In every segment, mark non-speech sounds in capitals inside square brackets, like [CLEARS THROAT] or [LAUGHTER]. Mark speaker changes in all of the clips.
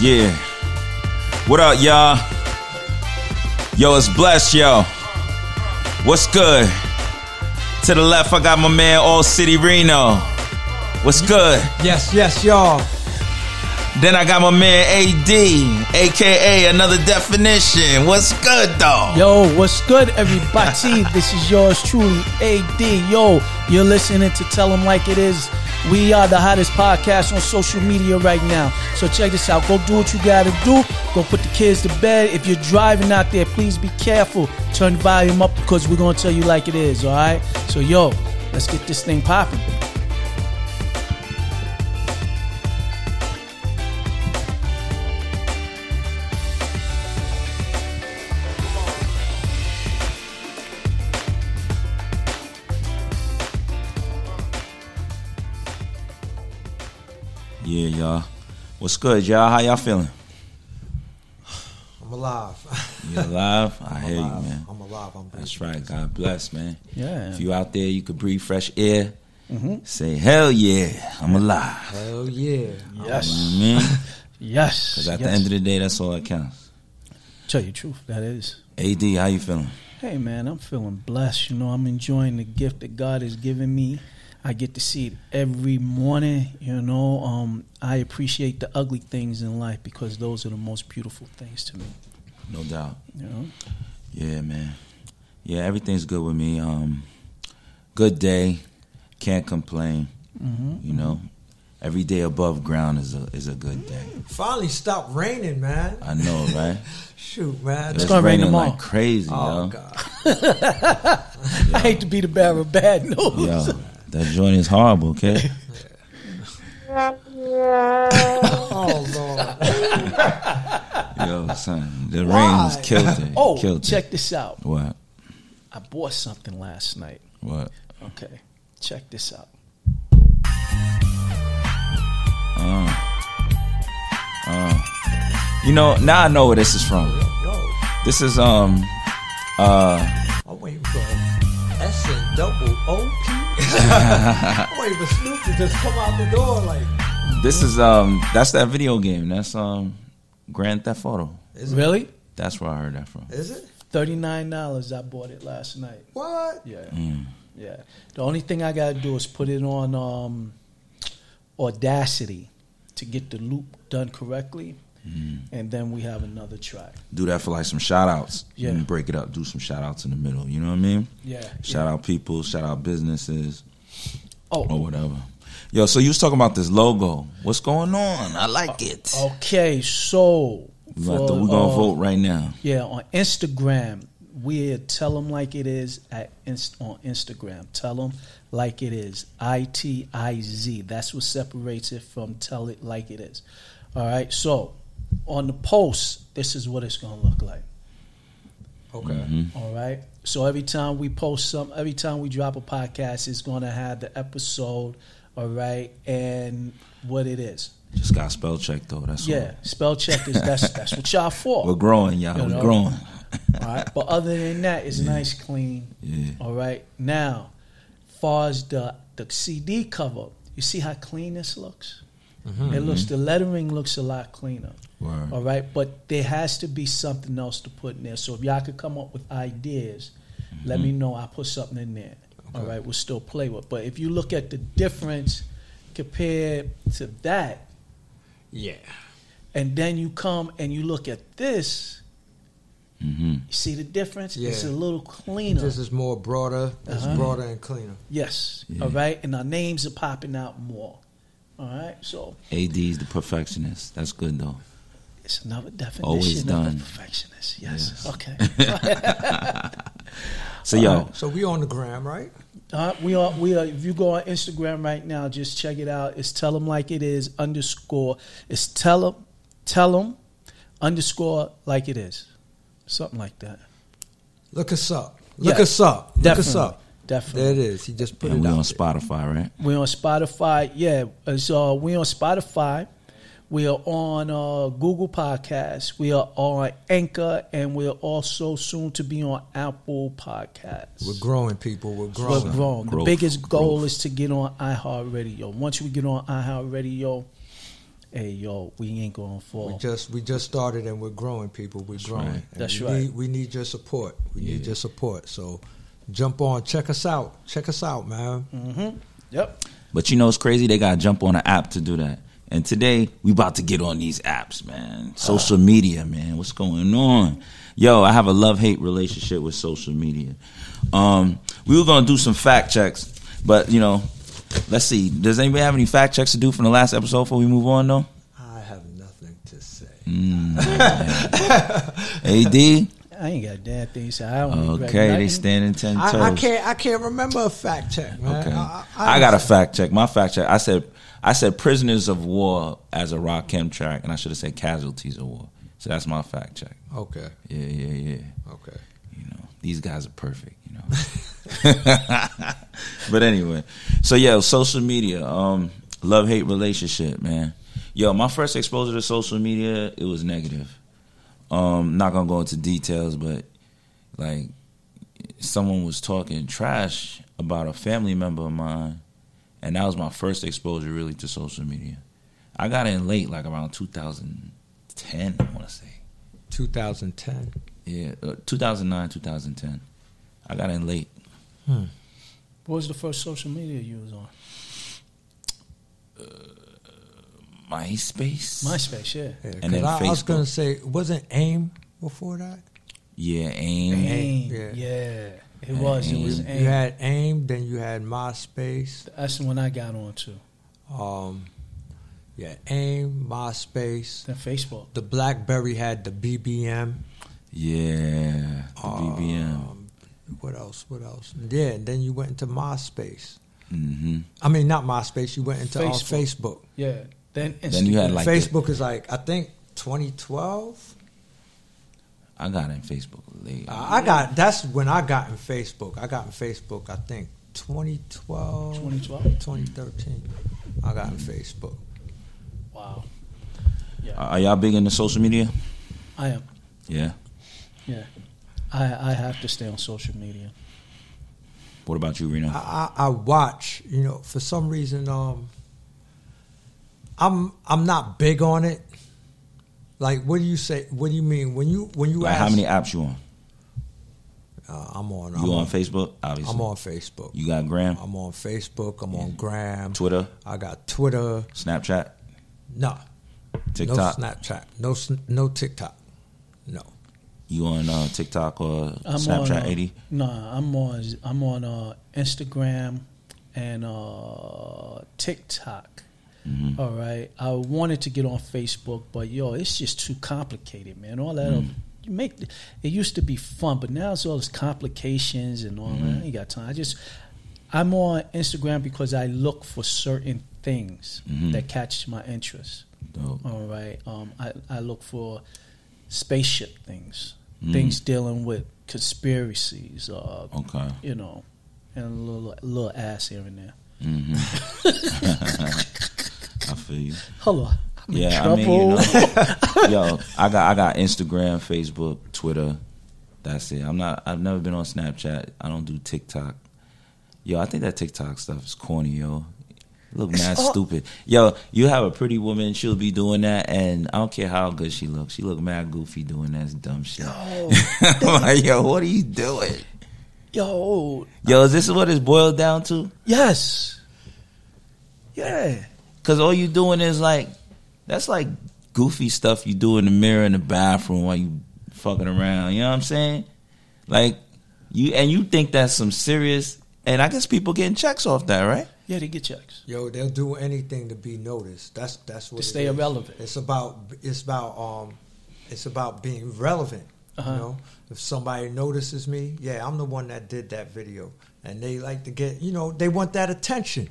Speaker 1: Yeah. What up, y'all? Yo, it's blessed, yo. What's good? To the left, I got my man All City Reno. What's good?
Speaker 2: Yes, yes, y'all.
Speaker 1: Then I got my man AD, aka another definition. What's good though?
Speaker 2: Yo, what's good,
Speaker 1: [LAUGHS]
Speaker 2: everybody? this is yours truly, AD. Yo, you're listening to Tell 'Em Like It Is. We are the hottest podcast on social media right now. So check this out. Go do what you gotta do. Go put the kids to bed. If you're driving out there, please be careful. Turn the volume up because we're gonna tell you like it is, all right? So, yo, let's get this thing popping.
Speaker 1: Yeah, y'all. What's good, y'all? How y'all feeling?
Speaker 3: I'm alive.
Speaker 1: You alive? I hear you, man.
Speaker 3: [LAUGHS] I'm alive. I'm breathing.
Speaker 1: That's right. God bless, man.
Speaker 2: Yeah. Mm-hmm.
Speaker 1: If you out there, you could breathe fresh air. Say hell yeah, I'm alive.
Speaker 3: Hell yeah.
Speaker 2: Yes.
Speaker 1: You know what I mean?
Speaker 2: Yes.
Speaker 1: 'Cause at the end of the day, that's all that counts.
Speaker 2: tell you the truth, that is.
Speaker 1: Ad, how you feeling?
Speaker 2: Hey man, I'm feeling blessed. You know, I'm enjoying the gift that God has given me. I get to see it every morning. You know, um, I appreciate the ugly things in life because those are the most beautiful things to me.
Speaker 1: No doubt.
Speaker 2: You know,
Speaker 1: Yeah, man. Yeah, everything's good with me. Um, good day. Can't complain.
Speaker 2: Mm-hmm.
Speaker 1: You know, every day above ground is a is a good day.
Speaker 3: Finally stopped raining, man.
Speaker 1: I
Speaker 2: [LAUGHS]
Speaker 1: know, right?
Speaker 3: Shoot, man.
Speaker 1: It was
Speaker 2: gonna rain
Speaker 1: raining
Speaker 2: tomorrow.
Speaker 1: like crazy,
Speaker 3: oh
Speaker 1: yo.
Speaker 3: god.
Speaker 2: [LAUGHS] I hate to be the bearer of bad [LAUGHS] news.
Speaker 1: Yo, that joint is horrible.
Speaker 2: [LAUGHS]
Speaker 1: Okay.
Speaker 3: Oh lord.
Speaker 1: Yo, son, the rain
Speaker 3: Why?
Speaker 1: was killed it.
Speaker 2: Oh,
Speaker 1: killed it.
Speaker 2: check this out.
Speaker 1: What?
Speaker 2: I bought something last night.
Speaker 1: What?
Speaker 2: Okay, check this out.
Speaker 1: You know, now I know where this is from.
Speaker 3: Yo,
Speaker 1: This is um uh,
Speaker 3: I'm waiting for S and double O P.
Speaker 1: [LAUGHS]
Speaker 3: I'm waiting for Snoop to just come out the door like.
Speaker 1: this is um that's that video game. That's um Grand Theft Auto.
Speaker 3: Is it?
Speaker 2: Really?
Speaker 1: That's where I heard that from.
Speaker 3: Is it?
Speaker 2: Thirty nine dollars. I bought it last night.
Speaker 3: What?
Speaker 2: Yeah.
Speaker 1: Mm.
Speaker 2: Yeah. The only thing I gotta do is put it on um, Audacity to get the loop done correctly, and then we have another track.
Speaker 1: Mm-hmm. Do that for like some shout outs.
Speaker 2: Yeah.
Speaker 1: And break it up. Do some shout outs in the middle. You know what I mean?
Speaker 2: Yeah.
Speaker 1: Shout out people, shout out businesses or
Speaker 2: Oh.
Speaker 1: whatever. Yo, so you was talking about this logo. What's going on? I like it.
Speaker 2: Okay. So.
Speaker 1: we gonna,
Speaker 2: Oh, for,
Speaker 1: we gonna
Speaker 2: uh,
Speaker 1: vote right now.
Speaker 2: Yeah, on Instagram, we tell them like it is at inst- on Instagram. Tell them like it is. I T I Z. That's what separates it from tell it like it is. All right. So on the post, this is what it's gonna look like.
Speaker 3: Okay.
Speaker 1: Mm-hmm.
Speaker 2: All right. So every time we post some, every time we drop a podcast, it's gonna have the episode. All right, and what it is.
Speaker 1: Just got spell check though. That's
Speaker 2: Yeah, spell check is that's that's what y'all for.
Speaker 1: all. We're growing, y'all.
Speaker 2: You
Speaker 1: We're
Speaker 2: know?
Speaker 1: growing.
Speaker 2: All right. But other than that, it's nice, clean.
Speaker 1: [LAUGHS] Yeah.
Speaker 2: All right. Now, far as the the CD cover, you see how clean this looks. It looks the lettering looks a lot cleaner.
Speaker 1: Word.
Speaker 2: All right, but there has to be something else to put in there. So if y'all could come up with ideas, let me know. I'll put something in there. All right, we'll still play with. But if you look at the difference compared to that,
Speaker 3: Yeah.
Speaker 2: and then you come and you look at this.
Speaker 1: Mm-hmm.
Speaker 2: You see the difference? It's a
Speaker 3: Yeah.
Speaker 2: little cleaner.
Speaker 3: This is more broader. It's
Speaker 1: Uh-huh.
Speaker 3: broader and cleaner.
Speaker 2: yes. All right. And our names are popping out more. All right. So
Speaker 1: AD's the perfectionist. That's good though.
Speaker 2: it's another definition
Speaker 1: Always
Speaker 2: of
Speaker 1: done.
Speaker 2: a perfectionist. Yes. Okay.
Speaker 1: So yo,
Speaker 3: So we on the gram, right?
Speaker 2: Uh, we are we are if you go on Instagram right now, just check it out. It's tell them like it is underscore. It's tell them tell them underscore like it is. Something like that.
Speaker 3: Look us up. Look
Speaker 2: Yeah.
Speaker 3: us up. Look
Speaker 2: Definitely.
Speaker 3: us up.
Speaker 2: Definitely.
Speaker 3: There it is. He just put
Speaker 1: and
Speaker 3: it
Speaker 1: we
Speaker 3: out
Speaker 1: on
Speaker 3: there.
Speaker 1: Spotify, right?
Speaker 2: We on Spotify. Yeah, it's, uh, we on Spotify. We are on uh, Google Podcasts. We are on Anchor, and we are also soon to be on Apple Podcasts.
Speaker 3: We're growing, people. We're growing.
Speaker 2: We're grown. The
Speaker 1: Growth,
Speaker 2: biggest goal
Speaker 1: growth.
Speaker 2: is to get on iHeartRadio. Once we get on iHeartRadio, hey yo, we ain't gonna fall.
Speaker 3: We just we just started and we're growing, people. We're growing.
Speaker 1: right.
Speaker 3: And
Speaker 2: That's
Speaker 3: we
Speaker 2: right.
Speaker 3: Need, we need your support. We need
Speaker 1: Yeah.
Speaker 3: your support. So jump on, check us out, check us out, man.
Speaker 2: mm-hmm. Yep.
Speaker 1: But you know it's crazy? They gotta jump on an app to do that. And today we about to get on these apps, man. Social media, man. What's going on? Yo, I have a love hate relationship with social media. Um, we were gonna do some fact checks, but you know, let's see. Does anybody have any fact checks to do from the last episode before we move on though? Mm,
Speaker 3: I have nothing to say.
Speaker 1: [LAUGHS] AD?
Speaker 2: I ain't got a damn thing. So I don't regret
Speaker 1: Okay, they
Speaker 2: nothing.
Speaker 1: standing ten toes.
Speaker 3: I, I can't I can't remember a fact check, man.
Speaker 1: Okay.
Speaker 3: I,
Speaker 1: I, got a fact check. My fact check. I said I said prisoners of war as a rock chem track, and I should have said casualties of war. So that's my fact check.
Speaker 3: Okay.
Speaker 1: Yeah, yeah, yeah.
Speaker 3: Okay.
Speaker 1: You know, these guys are perfect. You know. but anyway, so yeah, social media, um, love hate relationship, man. Yo, my first exposure to social media, it was negative. Um, not gonna go into details, but like someone was talking trash about a family member of mine, and that was my first exposure really to social media. I got in late, like around 2010, I want to say.
Speaker 3: 2010.
Speaker 1: Yeah, uh, 2009, 2010. I got in late.
Speaker 2: What was the first social media you was on?
Speaker 1: MySpace.
Speaker 2: MySpace, yeah.
Speaker 3: Yeah,
Speaker 1: And then
Speaker 3: 'cause I, I was
Speaker 1: Facebook.
Speaker 3: gonna say, wasn't AIM before that?
Speaker 1: Yeah, AIM.
Speaker 2: AIM,
Speaker 3: Yeah.
Speaker 2: yeah. It was. It was
Speaker 1: AIM.
Speaker 2: AIM.
Speaker 3: You had AIM, then you had MySpace.
Speaker 2: That's the one I got on to.
Speaker 3: Um, yeah, AIM, MySpace.
Speaker 2: Then Facebook.
Speaker 3: The BlackBerry had the BBM.
Speaker 1: Yeah, the BBM.
Speaker 3: Um, What else? What else? Yeah, and then you went into MySpace.
Speaker 1: hmm
Speaker 3: I mean, not MySpace. You went into uh,
Speaker 2: Facebook.
Speaker 3: Facebook.
Speaker 2: Yeah. Then Instagram.
Speaker 1: Then you had like the-
Speaker 3: Facebook is like I think 2012.
Speaker 1: I got in Facebook late.
Speaker 3: Uh, I got that's when I got in Facebook. I got in Facebook. I think 2012,
Speaker 2: 2012?
Speaker 3: 2013. I got in Facebook.
Speaker 2: wow.
Speaker 1: Are y'all big into social media?
Speaker 2: I am.
Speaker 1: Yeah.
Speaker 2: Yeah. I I have to stay on social media.
Speaker 1: What about you,
Speaker 3: I,
Speaker 1: Reno?
Speaker 3: I, I watch. You know, for some reason, um, I'm I'm not big on it. Like, what do you say? What do you mean when you when you
Speaker 1: Like,
Speaker 3: ask?
Speaker 1: how many apps you on?
Speaker 3: Uh, I'm on. I'm
Speaker 1: You on Facebook? Obviously.
Speaker 3: I'm on Facebook.
Speaker 1: You got Gram,
Speaker 3: I'm on Facebook. I'm on Gram.
Speaker 1: Twitter,
Speaker 3: I got Twitter.
Speaker 1: Snapchat,
Speaker 3: No,
Speaker 1: TikTok.
Speaker 3: no Snapchat. No, sn- no TikTok. No.
Speaker 1: you on uh, TikTok or
Speaker 2: I'm
Speaker 1: Snapchat?
Speaker 2: on, uh,
Speaker 1: Eighty.
Speaker 2: Nah, I'm on I'm on uh, Instagram and uh, TikTok.
Speaker 1: Mm-hmm.
Speaker 3: uh,
Speaker 2: All right, I wanted to get on Facebook, but yo, it's just too complicated, man. All that
Speaker 1: Mm.
Speaker 2: you make it used to be fun, but now it's all these complications and all
Speaker 1: Mm-hmm.
Speaker 2: that. I ain't got time. I just I'm on Instagram because I look for certain things
Speaker 1: Mm-hmm.
Speaker 2: that catch my interest.
Speaker 1: Dope.
Speaker 2: All right. Um, I, I look for spaceship things,
Speaker 1: Mm-hmm.
Speaker 2: things dealing with conspiracies, uh,
Speaker 1: Mm-hmm. Okay.
Speaker 2: you know, and a little, little ass here and there.
Speaker 1: hmm
Speaker 3: [LAUGHS]
Speaker 1: [LAUGHS] I feel you.
Speaker 2: Hello. I'm in
Speaker 1: yeah, I
Speaker 2: trouble.
Speaker 1: mean, you know, yo, I got I got Instagram, Facebook, Twitter. That's it. I'm not. I've never been on Snapchat. I don't do TikTok. Yo, I think that TikTok stuff is corny, yo. Look mad
Speaker 2: all-
Speaker 1: stupid. Yo, you have a pretty woman. She'll be doing that, and I don't care how good she looks. She look mad goofy doing that dumb shit. [LAUGHS]
Speaker 2: [LAUGHS]
Speaker 1: I'm like, yo, what are you doing?
Speaker 2: Yo,
Speaker 1: Yo, is this what it's boiled down to?
Speaker 2: yes. Yeah.
Speaker 1: Cause all you doing is like that's like goofy stuff you do in the mirror in the bathroom while you fucking around. You know what I'm saying? Like you and you think that's some serious and I guess people getting checks off that, right?
Speaker 2: Yeah, they get checks.
Speaker 3: Yo, they'll do anything to be noticed. That's that's what
Speaker 2: To
Speaker 3: it
Speaker 2: stay
Speaker 3: is.
Speaker 2: irrelevant.
Speaker 3: It's about it's about um it's about being relevant.
Speaker 2: Uh-huh.
Speaker 3: You know, if somebody notices me, yeah, I'm the one that did that video, and they like to get you know they want that attention.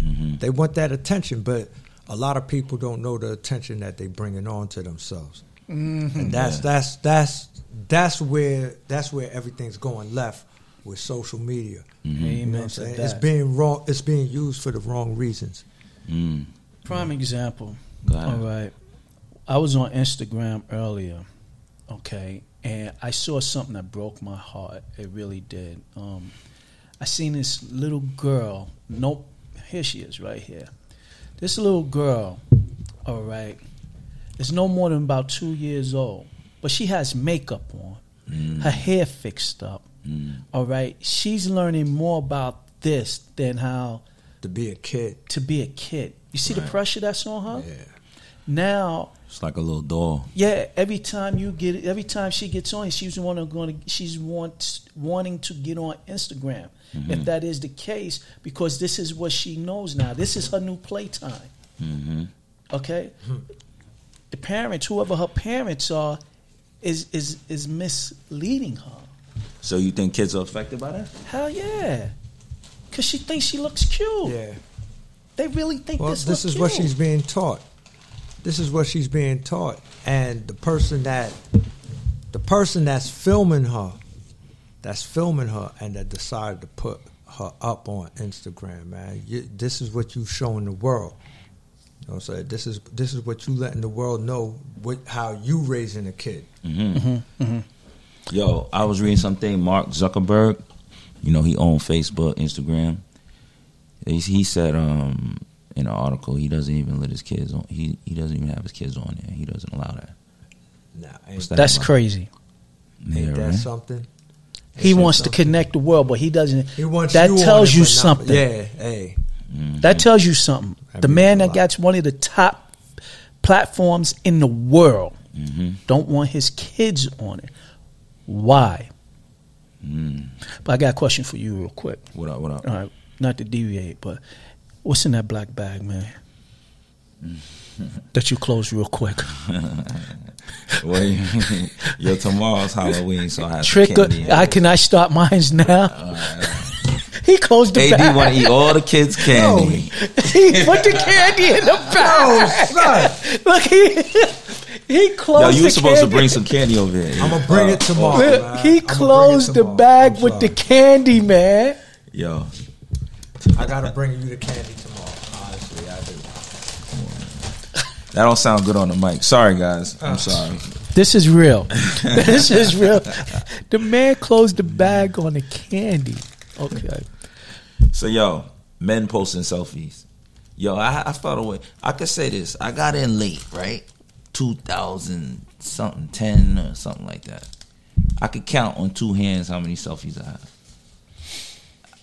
Speaker 3: They want that attention, but a lot of people don't know the attention that they bringing on to themselves,
Speaker 2: Mm-hmm.
Speaker 3: and that's that's that's that's where that's where everything's going left with social media. You know what
Speaker 2: Amen
Speaker 3: I'm
Speaker 2: to
Speaker 3: saying?
Speaker 2: that.
Speaker 3: It's being wrong. It's being used for the wrong reasons.
Speaker 1: Mm.
Speaker 2: Prime example.
Speaker 1: Go ahead.
Speaker 2: All right. I was on Instagram earlier, okay, and I saw something that broke my heart. It really did. Um, I seen this little girl. Nope, here she is, right here. This little girl All right. It's no more than about two years old, but she has makeup on, her hair fixed up. All right. She's learning more about this than how
Speaker 3: to be a kid.
Speaker 2: to be a kid. You see the
Speaker 1: Right.
Speaker 2: pressure that's on her?
Speaker 3: Yeah.
Speaker 2: Now
Speaker 1: It's like a little doll.
Speaker 2: yeah, every time you get, every time she gets on, she's wanna going to, she's wants wanting to get on Instagram. If that is the case, because this is what she knows now. This is her new playtime. Okay, the parents, whoever her parents are, is is is misleading her.
Speaker 1: So you think kids are affected by that?
Speaker 2: Hell yeah, because she thinks she looks cute.
Speaker 3: Yeah.
Speaker 2: They really think
Speaker 3: Well,
Speaker 2: this.
Speaker 3: this
Speaker 2: look
Speaker 3: is what
Speaker 2: cute.
Speaker 3: she's being taught. This is what she's being taught, and the person that, the person that's filming her, that's filming her, and that decided to put her up on Instagram, man. You, this is what you showing the world. You know what I'm saying? This is this is what you letting the world know what how you raising a kid.
Speaker 1: Mm-hmm. [LAUGHS]
Speaker 2: Mm-hmm,
Speaker 1: Yo, I was reading something. Mark Zuckerberg, you know, he owned Facebook, Instagram. He- He said um, in an article he doesn't even let his kids on. He he doesn't even have his kids on there. He doesn't allow that.
Speaker 3: Nah, ain't,
Speaker 1: What's
Speaker 3: that,
Speaker 2: That's
Speaker 1: about?
Speaker 2: crazy.
Speaker 1: Yeah,
Speaker 3: ain't that
Speaker 1: right?
Speaker 3: something?
Speaker 2: He
Speaker 3: said
Speaker 2: wants to
Speaker 3: something.
Speaker 2: connect the world, but he doesn't.
Speaker 3: He wants
Speaker 2: that
Speaker 3: you on
Speaker 2: tells
Speaker 3: it,
Speaker 2: you
Speaker 3: but not-
Speaker 2: something.
Speaker 3: yeah, hey,
Speaker 2: That tells you something.
Speaker 3: That
Speaker 2: the
Speaker 3: means
Speaker 2: man
Speaker 3: a
Speaker 2: that
Speaker 3: lot.
Speaker 2: got one of the top platforms in the world
Speaker 1: Mm-hmm.
Speaker 2: don't want his kids on it. Why? But I got a question for you real quick.
Speaker 1: Mm-hmm. What up? What up?
Speaker 2: All right, not to deviate, but what's in that black bag,
Speaker 1: [LAUGHS]
Speaker 2: man? that you close real quick.
Speaker 1: Well, [LAUGHS] yo, tomorrow's Halloween, so I have
Speaker 2: Trick or
Speaker 1: candy.
Speaker 2: I can I start mines [LAUGHS] now? he closed the
Speaker 1: AD want
Speaker 2: bag.
Speaker 1: to eat all the kids'
Speaker 2: [LAUGHS]
Speaker 1: candy.
Speaker 2: he put the
Speaker 1: [LAUGHS]
Speaker 2: candy in the bag.
Speaker 3: son.
Speaker 2: Look, he [LAUGHS] he
Speaker 1: Yo,
Speaker 2: closed.
Speaker 1: you were
Speaker 2: the
Speaker 1: supposed
Speaker 2: candy.
Speaker 1: to bring some candy over here.
Speaker 3: I'ma bring it tomorrow.
Speaker 2: Look,
Speaker 3: man. I'ma
Speaker 2: Oh, he
Speaker 3: bring it
Speaker 2: closed the
Speaker 3: tomorrow.
Speaker 2: bag
Speaker 3: I'm
Speaker 2: with the
Speaker 3: sorry.
Speaker 2: candy, man.
Speaker 1: Yo,
Speaker 3: I gotta bring you the candy tomorrow. Honestly, I do.
Speaker 1: that don't sound good on the mic. Sorry, guys.
Speaker 2: Ah.
Speaker 1: I'm sorry.
Speaker 2: This is
Speaker 3: [LAUGHS]
Speaker 2: real. this is real. The man closed the bag on the candy. Okay.
Speaker 1: So yo, men posting selfies. Yo, I, I felt away. I could say this. I got in late, right? Two thousand something, ten or something like that. I could count on two hands how many selfies I have.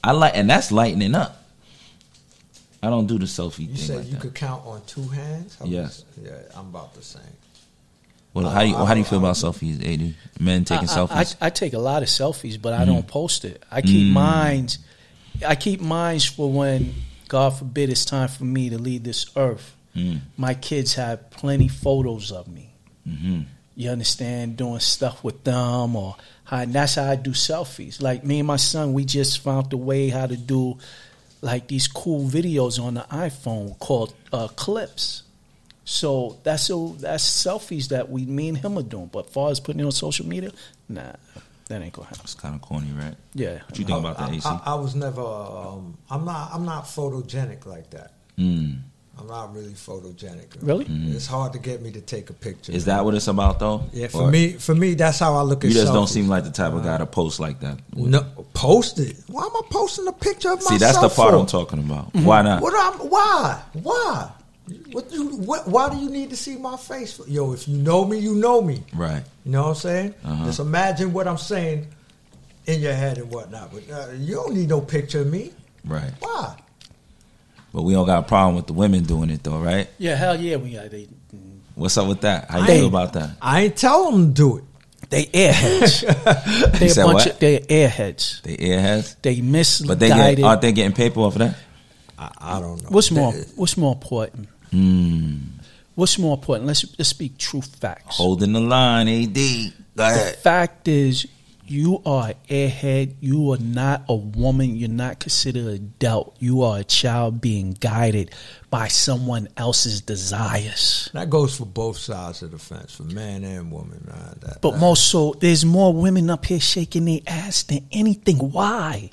Speaker 1: I like, and that's lightening up. I don't do the selfie
Speaker 3: You
Speaker 1: thing
Speaker 3: said
Speaker 1: like
Speaker 3: you
Speaker 1: that.
Speaker 3: could count on two hands. How
Speaker 1: Yes.
Speaker 3: was- Yeah, I'm about the same.
Speaker 1: well, how you
Speaker 3: I-
Speaker 1: how do you
Speaker 3: I-
Speaker 1: feel about selfies, Ad? Men taking
Speaker 2: I, I-
Speaker 1: selfies.
Speaker 2: I, I take a lot of selfies, but I
Speaker 3: Mm-hmm.
Speaker 2: don't post it. I
Speaker 3: Mm.
Speaker 2: keep mines. I keep mines for when, God forbid, it's time for me to leave this earth.
Speaker 1: Mm,
Speaker 2: My kids have plenty photos of me.
Speaker 1: mm-hmm.
Speaker 2: You understand? Doing stuff with them or how, and that's how I do selfies. Like me and my son, we just found the way how to do like these cool videos on the iPhone called uh, clips. So that's so that's selfies that we me and him are doing. But far as putting it on social media, nah, that ain't gonna happen.
Speaker 1: it's kind of corny, right?
Speaker 2: Yeah.
Speaker 1: What you think about that,
Speaker 3: I,
Speaker 1: AC?
Speaker 3: I, I was never. Um, I'm not. I'm not photogenic like that.
Speaker 1: Mm.
Speaker 3: I'm not really photogenic. Mm-hmm.
Speaker 2: Really?
Speaker 1: Mm-hmm.
Speaker 3: It's hard to get me to take a picture.
Speaker 1: Is
Speaker 3: man.
Speaker 1: that what it's about though?
Speaker 3: Yeah, for
Speaker 1: Or
Speaker 3: me. For me, that's how I look at.
Speaker 1: you just don't
Speaker 3: selfies.
Speaker 1: seem like the type of guy to post like that.
Speaker 3: No, post it. Why am I posting a picture of
Speaker 1: See,
Speaker 3: myself?
Speaker 1: that's the part
Speaker 3: for?
Speaker 1: I'm talking about. Why not?
Speaker 3: What I'm, why? Why? What do, what, why do you need to see my face? For? Yo, if you know me, you know me.
Speaker 1: Right.
Speaker 3: You know what I'm saying?
Speaker 1: Uh-huh.
Speaker 3: Just imagine what I'm saying in your head and whatnot. But uh, you don't need no picture of me.
Speaker 1: Right.
Speaker 3: Why?
Speaker 1: But we don't got a problem with the women doing it though, right?
Speaker 2: Yeah, hell yeah, we got they
Speaker 1: What's up with that? How you
Speaker 3: Hey.
Speaker 1: feel about that?
Speaker 3: I ain't tell them to do it.
Speaker 2: they [LAUGHS] airheads. they
Speaker 1: You
Speaker 2: a
Speaker 1: said
Speaker 2: bunch
Speaker 1: what?
Speaker 2: of they airheads.
Speaker 1: They airheads,
Speaker 2: They
Speaker 1: but they get,
Speaker 2: misguided.
Speaker 1: aren't they getting paper off of that?
Speaker 3: I, I don't know.
Speaker 2: what's more?
Speaker 3: Th-
Speaker 2: What's more important?
Speaker 1: Hmm.
Speaker 2: What's more important? Let's let's speak true facts.
Speaker 1: Holding the line, AD. Go
Speaker 2: the
Speaker 1: ahead.
Speaker 2: fact is, you are an airhead. You are not a woman. You're not considered an adult. You are a child being guided by someone else's desires.
Speaker 3: That goes for both sides of the fence, for man and woman. Man. That,
Speaker 2: But more so, there's more women up here shaking their ass than anything. Why?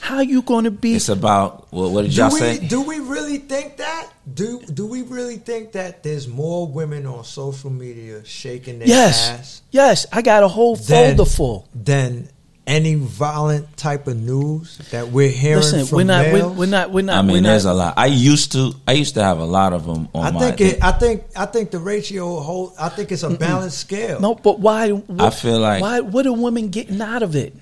Speaker 2: How you going to be?
Speaker 1: It's about what, what did
Speaker 3: do
Speaker 1: y'all
Speaker 3: we
Speaker 1: say?
Speaker 3: do we really think that? Do do we really think that there's more women on social media shaking their
Speaker 2: yes,
Speaker 3: ass
Speaker 2: yes. I got a whole
Speaker 3: than
Speaker 2: folder full.
Speaker 3: than any violent type of news that we're hearing
Speaker 2: Listen,
Speaker 3: from
Speaker 2: we're not, we're,
Speaker 3: males?
Speaker 2: we're not, we're not,
Speaker 1: I mean,
Speaker 2: we're
Speaker 1: there's
Speaker 2: not.
Speaker 1: a lot. I used to, I used to have a lot of them on
Speaker 3: I
Speaker 1: my.
Speaker 3: think it, I think I think the ratio whole I think it's a balanced scale.
Speaker 2: no, but why? What,
Speaker 1: I feel like-
Speaker 2: why? What are women getting out of it?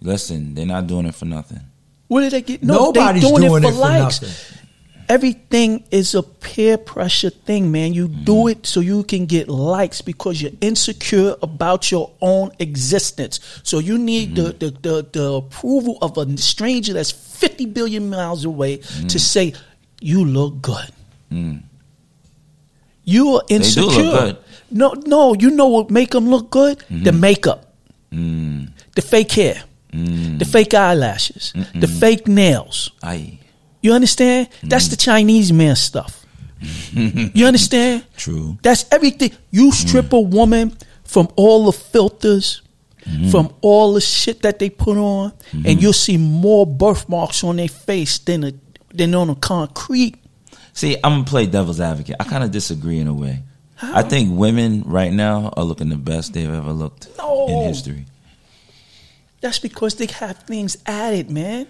Speaker 1: listen, they're not doing it for nothing.
Speaker 2: What are they getting? No,
Speaker 3: Nobody's
Speaker 2: they doing,
Speaker 3: doing
Speaker 2: it
Speaker 3: it
Speaker 2: for
Speaker 3: for
Speaker 2: likes.
Speaker 3: nothing.
Speaker 2: Everything is a peer pressure thing, man. You
Speaker 1: Mm-hmm.
Speaker 2: do it so you can get likes because you're insecure about your own existence. So you need
Speaker 1: Mm-hmm.
Speaker 2: the, the, the the approval of a stranger that's 50 billion miles away
Speaker 1: Mm-hmm.
Speaker 2: to say you look good. You are
Speaker 1: Mm. do
Speaker 2: insecure.
Speaker 1: look good. Mm-hmm.
Speaker 2: No, no, you know what make them look good? The makeup
Speaker 1: Mm.
Speaker 2: the fake hair, the fake eyelashes, the fake nails.
Speaker 1: I
Speaker 2: You understand? That's
Speaker 1: Mm.
Speaker 2: the Chinese man stuff. you understand?
Speaker 1: True.
Speaker 2: That's everything. You
Speaker 1: Mm.
Speaker 2: strip a woman from all the filters,
Speaker 1: Mm-hmm.
Speaker 2: from all the shit that they put on, and you'll see more birthmarks on their face than a, than on a concrete.
Speaker 1: see. I'm gonna play devil's advocate. I kind of disagree in a way. I think women right now are looking the best they've ever looked
Speaker 2: No.
Speaker 1: in history.
Speaker 2: That's because they have things added, man.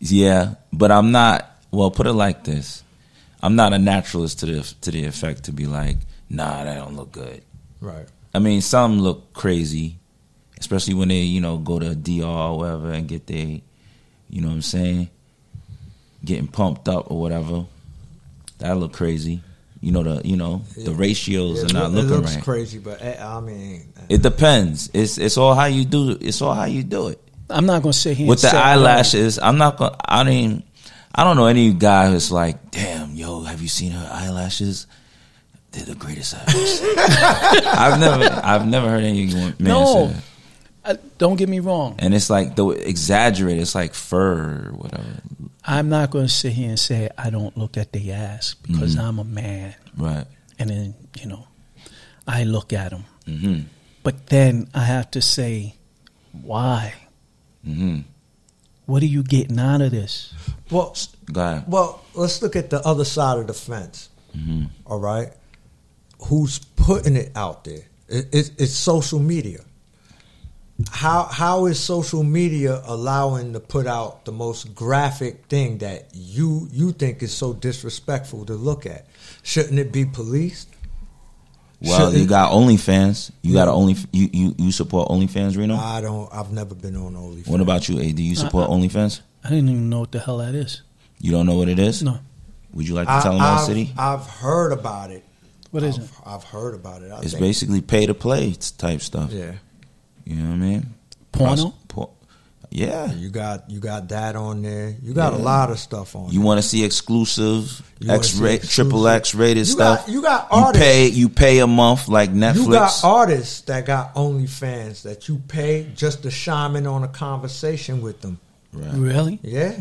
Speaker 1: Yeah, but I'm not. Well, put it like this: I'm not a naturalist to the to the effect to be like, nah, that don't look good.
Speaker 3: Right.
Speaker 1: I mean, some look crazy, especially when they, you know, go to DR or whatever and get they, you know what I'm saying, getting pumped up or whatever. That look crazy. You know the, you know, the ratios
Speaker 3: Yeah,
Speaker 1: are not
Speaker 3: it
Speaker 1: looking
Speaker 3: looks
Speaker 1: right.
Speaker 3: crazy, but eh, I mean,
Speaker 1: It depends. It's it's all how you do. It's all how you do it.
Speaker 2: I'm not gonna sit here
Speaker 1: With
Speaker 2: and
Speaker 1: the
Speaker 2: say-
Speaker 1: eyelashes, I'm not gonna. I mean, I don't know any guy who's like, damn, yo, have you seen her eyelashes? They're the greatest I've ever
Speaker 3: [LAUGHS]
Speaker 1: seen. I've never, I've never heard any man say
Speaker 2: No,
Speaker 1: that.
Speaker 2: I- don't get me wrong.
Speaker 1: and it's like the exaggerated. It's like fur or whatever,
Speaker 2: I'm not going to sit here and say I don't look at the ass because
Speaker 1: Mm-hmm.
Speaker 2: I'm a man,
Speaker 1: right?
Speaker 2: and then you know, I look at them.
Speaker 1: hmm
Speaker 2: But then I have to say, why?
Speaker 1: hmm
Speaker 2: What are you getting out of this?
Speaker 3: well,
Speaker 1: Go ahead. Mm-hmm.
Speaker 3: well, let's look at the other side of the fence. all right, who's putting it out there? It, it, it's social media. How how is social media allowing to put out the most graphic thing that you you think is so disrespectful to look at? Shouldn't it be policed?
Speaker 1: Well,
Speaker 3: Should-
Speaker 1: you got OnlyFans. You got a only. You, you you support OnlyFans, Reno.
Speaker 3: I don't. I've never been on OnlyFans.
Speaker 1: what about you, Ad? You
Speaker 3: uh,
Speaker 1: support OnlyFans?
Speaker 2: I didn't even know what the hell that is.
Speaker 1: You don't know what it is?
Speaker 2: No,
Speaker 1: Would you like to
Speaker 3: I,
Speaker 1: tell them our
Speaker 3: have
Speaker 1: city?
Speaker 3: I've heard about it.
Speaker 2: what is it?
Speaker 3: I've, I've heard about it. I
Speaker 1: It's
Speaker 3: think-
Speaker 1: basically pay to play type stuff.
Speaker 3: Yeah,
Speaker 1: You know what I mean?
Speaker 2: Porno?
Speaker 1: Pros- por- yeah.
Speaker 3: you got you got that on there. You got a
Speaker 1: Yeah.
Speaker 3: lot of stuff on.
Speaker 1: You want to see exclusive
Speaker 3: You wanna
Speaker 1: X
Speaker 3: see
Speaker 1: rate, triple
Speaker 3: exclusive.
Speaker 1: X rated
Speaker 3: You got-
Speaker 1: stuff.
Speaker 3: you got
Speaker 1: You
Speaker 3: artists.
Speaker 1: pay. You pay a month like
Speaker 3: You got
Speaker 1: Netflix.
Speaker 3: artists that got OnlyFans that you pay just to chime in on a conversation with them.
Speaker 1: Right.
Speaker 2: Really?
Speaker 3: Yeah.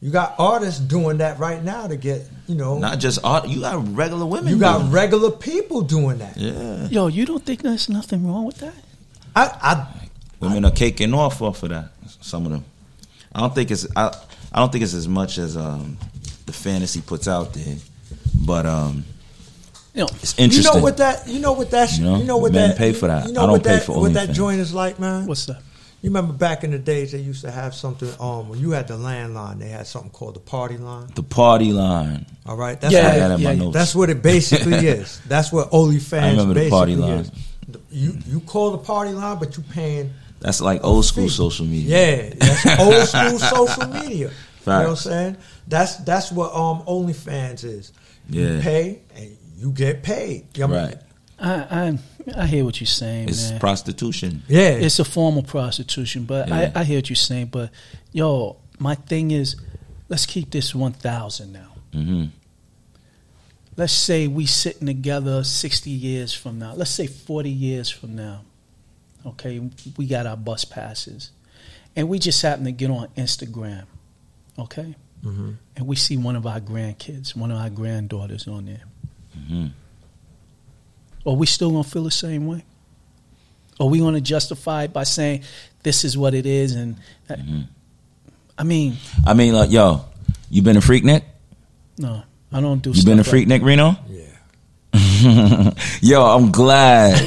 Speaker 3: You got artists doing that right now to get, you know,
Speaker 1: Not just art. You got regular women.
Speaker 3: you got
Speaker 1: doing
Speaker 3: regular people doing that.
Speaker 1: it. yeah.
Speaker 2: Yo, you don't think there's nothing wrong with that?
Speaker 3: I,
Speaker 1: Women are caking off off of that. Some of them. I don't think it's. I, I don't think it's as much as um, the fantasy puts out there, but um,
Speaker 2: You know,
Speaker 1: it's
Speaker 3: I you
Speaker 1: interesting.
Speaker 3: know what that you know what that
Speaker 1: You know,
Speaker 3: you know what
Speaker 1: men
Speaker 3: that
Speaker 1: pay for that.
Speaker 3: You know
Speaker 1: I don't
Speaker 3: what
Speaker 1: pay
Speaker 3: that,
Speaker 1: for
Speaker 3: what that
Speaker 1: OnlyFans.
Speaker 3: joint is like, man.
Speaker 2: what's that?
Speaker 3: You remember back in the days they used to have something um when you had the landline, they had something called the party line.
Speaker 1: the party line.
Speaker 3: All right? That's
Speaker 2: Yeah,
Speaker 3: what
Speaker 1: I got in
Speaker 2: yeah,
Speaker 1: my
Speaker 2: yeah.
Speaker 1: notes.
Speaker 3: That's what it
Speaker 1: [LAUGHS]
Speaker 3: basically is. That's what OnlyFans
Speaker 1: I remember the
Speaker 3: basically
Speaker 1: party line.
Speaker 3: is. The- You you call the party line, but you paying.
Speaker 1: That's like old school
Speaker 3: Fee.
Speaker 1: social media.
Speaker 3: Yeah,
Speaker 1: [LAUGHS]
Speaker 3: that's old school social media. You know what I'm
Speaker 1: Facts.
Speaker 3: saying? That's that's what um OnlyFans is. You
Speaker 1: Yeah.
Speaker 3: pay and you get paid. You know what I mean?
Speaker 1: Right.
Speaker 2: I I I hear what you're saying,
Speaker 1: It's
Speaker 2: man.
Speaker 1: prostitution.
Speaker 3: Yeah.
Speaker 2: it's a form of prostitution. But
Speaker 1: Yeah.
Speaker 2: I, I hear what you're saying. But yo, my thing is, let's keep this one thousand now.
Speaker 1: hmm
Speaker 2: Let's say we sitting together sixty years from now. Let's say forty years from now. Okay, we got our bus passes, and we just happen to get on Instagram. Okay,
Speaker 3: Mhm.
Speaker 2: and we see one of our grandkids, one of our granddaughters on there.
Speaker 1: hmm
Speaker 2: Are we still gonna feel the same way? Are we gonna justify it by saying this is what it is? And that-
Speaker 1: Mm-hmm.
Speaker 2: I mean,
Speaker 1: I mean, like, yo, you been a freak, Nick?
Speaker 2: no, I don't do.
Speaker 1: You
Speaker 2: stuff
Speaker 1: been a
Speaker 2: like-
Speaker 1: freak, Nick Reno? [LAUGHS]
Speaker 3: yeah.
Speaker 1: Yo, I'm
Speaker 2: [LAUGHS]
Speaker 1: glad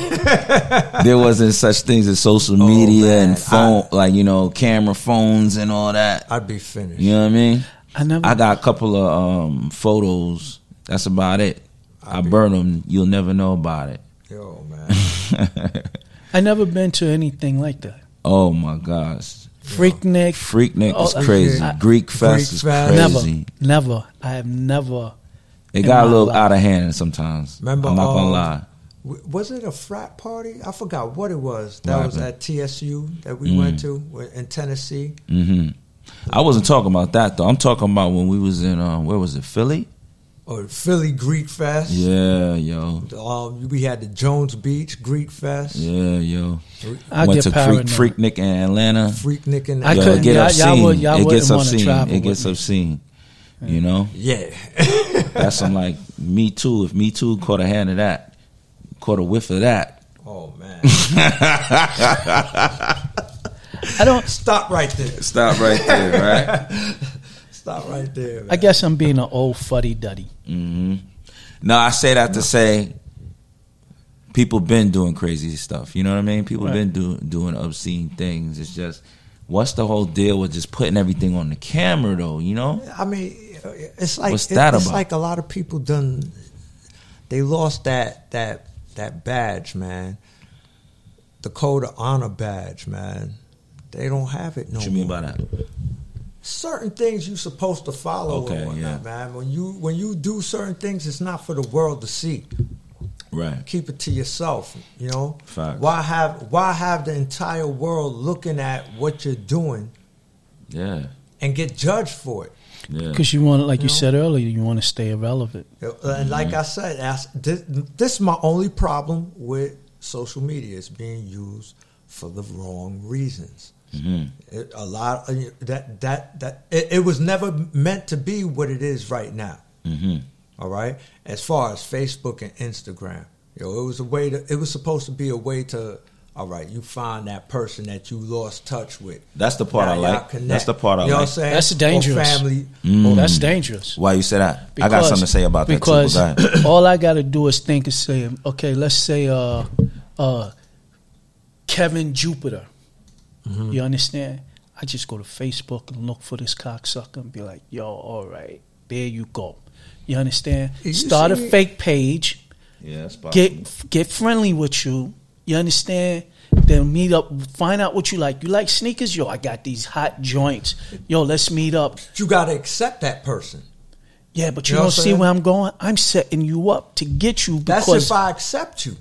Speaker 1: there wasn't such things as social
Speaker 2: Oh,
Speaker 1: media
Speaker 3: man,
Speaker 1: and phone, like you know, camera phones and all that.
Speaker 3: I'd be finished.
Speaker 1: You know what I mean?
Speaker 2: I never.
Speaker 1: I got a couple of um, photos. That's about it. I burn them. You'll never know about it. [LAUGHS]
Speaker 3: Yo, man.
Speaker 2: I never been to anything like that.
Speaker 1: oh my gosh,
Speaker 2: Freaknik.
Speaker 1: Freaknik
Speaker 2: Oh,
Speaker 1: is crazy.
Speaker 2: I-
Speaker 1: Greek Fest
Speaker 3: Greek
Speaker 1: is
Speaker 3: Fest.
Speaker 2: never,
Speaker 1: crazy.
Speaker 2: never. I have never.
Speaker 1: It
Speaker 2: In
Speaker 1: got a
Speaker 2: my
Speaker 1: little
Speaker 2: life.
Speaker 1: out of hand sometimes.
Speaker 3: Remember,
Speaker 1: I'm not gonna
Speaker 3: uh,
Speaker 1: lie.
Speaker 3: W- Was it a frat party? I forgot what it was. That
Speaker 1: What
Speaker 3: was
Speaker 1: happened? Mm.
Speaker 3: at TSU that we went to w- in Tennessee.
Speaker 1: hmm I wasn't talking about that though. I'm talking about when we was in uh, where was it Philly?
Speaker 3: Or Philly Greek Fest.
Speaker 1: Yeah, yo,
Speaker 3: Um, we had the Jones Beach Greek Fest.
Speaker 1: yeah, yo.
Speaker 2: I
Speaker 1: Went
Speaker 2: get
Speaker 1: to
Speaker 2: paranoid.
Speaker 1: Freak, Freaknik in Atlanta.
Speaker 3: Freaknik and
Speaker 2: I
Speaker 1: yo,
Speaker 2: couldn't-
Speaker 1: it get
Speaker 2: y'all-
Speaker 1: obscene.
Speaker 2: y'all would- y'all
Speaker 1: it gets
Speaker 2: wouldn't wanna
Speaker 1: obscene.
Speaker 2: travel
Speaker 1: It
Speaker 2: with
Speaker 1: gets
Speaker 2: me.
Speaker 1: obscene. You know,
Speaker 3: [LAUGHS] Yeah. [LAUGHS]
Speaker 1: that's some like Me Too. If Me Too caught a hand of that, caught a whiff of that.
Speaker 3: oh man.
Speaker 2: I don't.
Speaker 3: Stop right there.
Speaker 1: Stop right there, right?
Speaker 3: Stop right there. Man.
Speaker 2: I guess I'm being an old fuddy duddy.
Speaker 1: hmm No, I say that to say people been doing crazy stuff. You know what I mean? People
Speaker 2: Right.
Speaker 1: been do, doing obscene things. It's just what's the whole deal with just putting everything on the camera though? You know?
Speaker 3: I mean, it's like
Speaker 1: What's
Speaker 3: it-
Speaker 1: that
Speaker 3: it's
Speaker 1: about?
Speaker 3: like a lot of people done. They lost that that that badge, man. The code of honor badge, man. They don't have it no
Speaker 1: What you mean
Speaker 3: more.
Speaker 1: by that?
Speaker 3: Certain things you're supposed to follow
Speaker 1: Okay,
Speaker 3: and whatnot,
Speaker 1: yeah.
Speaker 3: man. When you when you do certain things, it's not for the world to see.
Speaker 1: Right.
Speaker 3: Keep it to yourself, you know.
Speaker 1: Facts.
Speaker 3: Why have why have the entire world looking at what you're doing
Speaker 1: Yeah.
Speaker 3: and get judged for it?
Speaker 1: Yeah.
Speaker 2: Because you want, like you
Speaker 3: No.
Speaker 2: said earlier, you want to stay irrelevant.
Speaker 3: Uh, And like I said, as- this, this is my only problem with social media is being used for the wrong reasons.
Speaker 1: Mhm.
Speaker 3: It, a lot uh, that that that it, it was never meant to be what it is right now.
Speaker 1: Mhm.
Speaker 3: All right, as far as Facebook and Instagram, you know, it was a way to. It was supposed to be a way to. All right, you find that person that you lost touch with.
Speaker 1: That's the part
Speaker 3: Now
Speaker 1: I
Speaker 3: y'all
Speaker 1: like.
Speaker 3: connect.
Speaker 1: That's the part I
Speaker 3: you know
Speaker 1: like.
Speaker 3: What I'm saying?
Speaker 2: That's
Speaker 3: Or
Speaker 2: dangerous.
Speaker 3: family.
Speaker 2: Oh, that's dangerous.
Speaker 1: Why you say that? Mm. I got something to say about that too. but
Speaker 2: because
Speaker 1: go
Speaker 3: [CLEARS THROAT]
Speaker 1: ahead.
Speaker 2: [CLEARS THROAT] all I got to do is think and say, okay, let's say uh, uh, Kevin Jupiter.
Speaker 1: Mm-hmm.
Speaker 2: You understand? I just go to Facebook and look for this cocksucker and be like, yo, all right, there you go. You understand?
Speaker 3: You
Speaker 2: Start a
Speaker 3: see-
Speaker 2: fake page
Speaker 1: Yeah, that's possible.
Speaker 2: get get friendly with you. You understand? Then meet up, find out what you like. You like sneakers? Yo, I got these hot joints. Yo, let's meet up.
Speaker 3: You got to accept that person.
Speaker 2: Yeah, but you,
Speaker 3: You know
Speaker 2: don't
Speaker 3: what
Speaker 2: see
Speaker 3: I'm saying?
Speaker 2: where I'm going. I'm setting you up to get you
Speaker 3: That's
Speaker 2: because
Speaker 3: if I accept you.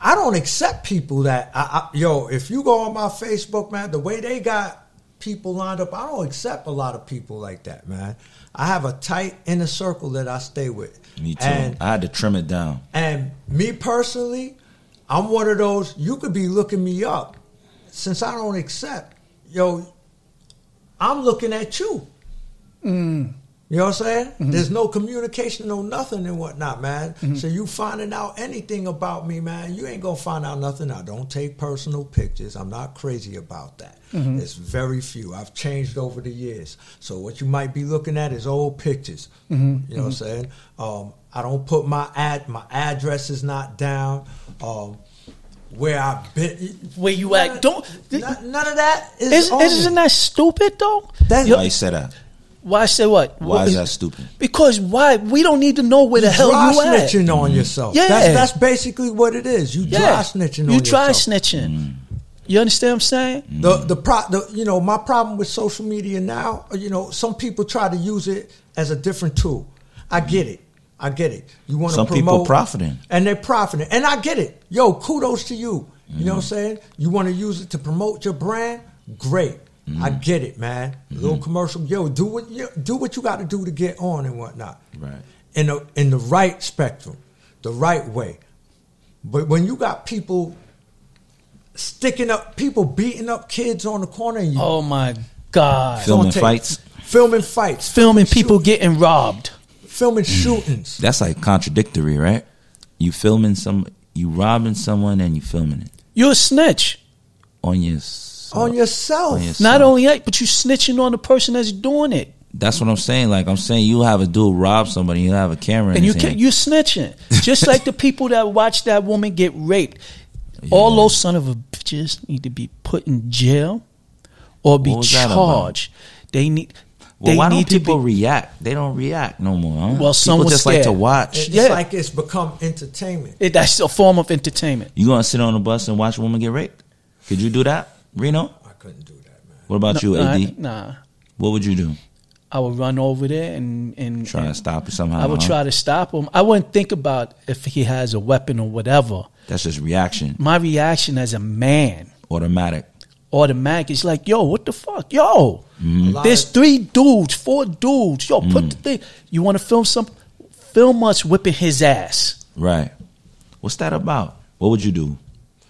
Speaker 3: I don't accept people that I, I yo. If you go on my Facebook, man, the way they got people lined up, I don't accept a lot of people like that, man. I have a tight inner circle that I stay with.
Speaker 1: Me too.
Speaker 3: And
Speaker 1: I had to trim it down.
Speaker 3: and me personally, I'm one of those. You could be looking me up, since I don't accept. Yo, I'm looking at you. You know what I'm saying? There's no communication, no nothing and whatnot, man. So you finding out anything about me, man, you ain't gonna find out nothing. I don't take personal pictures. I'm not crazy about that. It's very few. I've changed over the years. So what you might be looking at is old pictures. You know what I'm saying? Um, I don't put my ad. My address is not down. Um, where I've been.
Speaker 2: where you
Speaker 3: None
Speaker 2: at.
Speaker 3: of-
Speaker 2: Don't
Speaker 3: None, none of that is.
Speaker 2: is,
Speaker 3: on
Speaker 2: isn't
Speaker 3: me.
Speaker 2: that stupid though?
Speaker 3: That's-
Speaker 1: Why you say that?
Speaker 2: Why I say what?
Speaker 1: Why
Speaker 2: What
Speaker 1: is that stupid?
Speaker 2: Because why we don't need to know where the hell
Speaker 3: dry
Speaker 2: you at.
Speaker 3: snitching on yourself.
Speaker 2: Yeah.
Speaker 3: That's, that's basically what it is. You dry snitching on
Speaker 2: you dry
Speaker 3: yourself. Mm.
Speaker 2: snitching. You understand what I'm saying?
Speaker 3: The
Speaker 1: Mm.
Speaker 3: the, pro, the you know my problem with social media now. You know some people try to use it as a different tool. I get it. I get it. You want
Speaker 1: Mm. Some
Speaker 3: to
Speaker 1: people
Speaker 3: promote
Speaker 1: profiting.
Speaker 3: and they're profiting, and I get it. Yo, kudos to you. You know
Speaker 1: Mm.
Speaker 3: what I'm saying? You want to use it to promote your brand? Great.
Speaker 1: Mm.
Speaker 3: I get it, man. Little commercial. Yo, do what you do what you got to do to get on and whatnot
Speaker 1: Right.
Speaker 3: in the in the right spectrum, the right way. But when you got people sticking up, people beating up kids on the corner, and you
Speaker 2: Oh my god.
Speaker 1: Filming
Speaker 3: on tape.
Speaker 1: fights.
Speaker 3: filming fights,
Speaker 2: filming people getting robbed.
Speaker 3: filming shootings.
Speaker 1: That's like contradictory, right? You filming some, you robbing someone, and you filming it
Speaker 2: You're a snitch.
Speaker 1: on your s-
Speaker 3: On yourself,
Speaker 1: on your s-
Speaker 2: Not
Speaker 1: So-
Speaker 2: only that, but you snitching on the person that's doing it.
Speaker 1: That's what I'm saying. Like I'm saying, you have a dude rob somebody, you have a camera, in
Speaker 2: and you
Speaker 1: his
Speaker 2: can,
Speaker 1: hand.
Speaker 2: you're snitching, just like the people that watch that woman get raped. All
Speaker 1: Yeah.
Speaker 2: those son of a bitches need to be put in jail or be
Speaker 1: What was that about?
Speaker 2: charged. They need.
Speaker 1: Well,
Speaker 2: they
Speaker 1: why
Speaker 2: need
Speaker 1: don't people
Speaker 2: to be,
Speaker 1: react? They don't react no more. Huh?
Speaker 2: Well, some Eh.
Speaker 1: people
Speaker 2: was
Speaker 1: just like to
Speaker 2: scared.
Speaker 1: watch.
Speaker 3: It's
Speaker 2: Yeah.
Speaker 3: like it's become entertainment.
Speaker 2: it, that's a form of entertainment.
Speaker 1: You gonna sit on a bus and watch a woman get raped? Could you do that, Reno?
Speaker 3: I couldn't do that, man.
Speaker 1: What about you,
Speaker 2: Nah,
Speaker 1: AD?
Speaker 2: I- nah,
Speaker 1: What would you do?
Speaker 2: I would run over there and and
Speaker 1: Try to
Speaker 2: and
Speaker 1: stop it somehow.
Speaker 2: I would
Speaker 1: huh?
Speaker 2: try to stop him. I wouldn't think about if he has a weapon or whatever.
Speaker 1: That's just reaction,
Speaker 2: My reaction as a man,
Speaker 1: automatic.
Speaker 2: automatic, is like, "Yo, what the fuck, yo?
Speaker 3: A lot
Speaker 2: There's
Speaker 3: of-
Speaker 2: three dudes, four dudes. Yo, put
Speaker 3: Mm.
Speaker 2: the thing. You want to film some? Film us whipping his ass.
Speaker 1: Right. What's that about? What would you do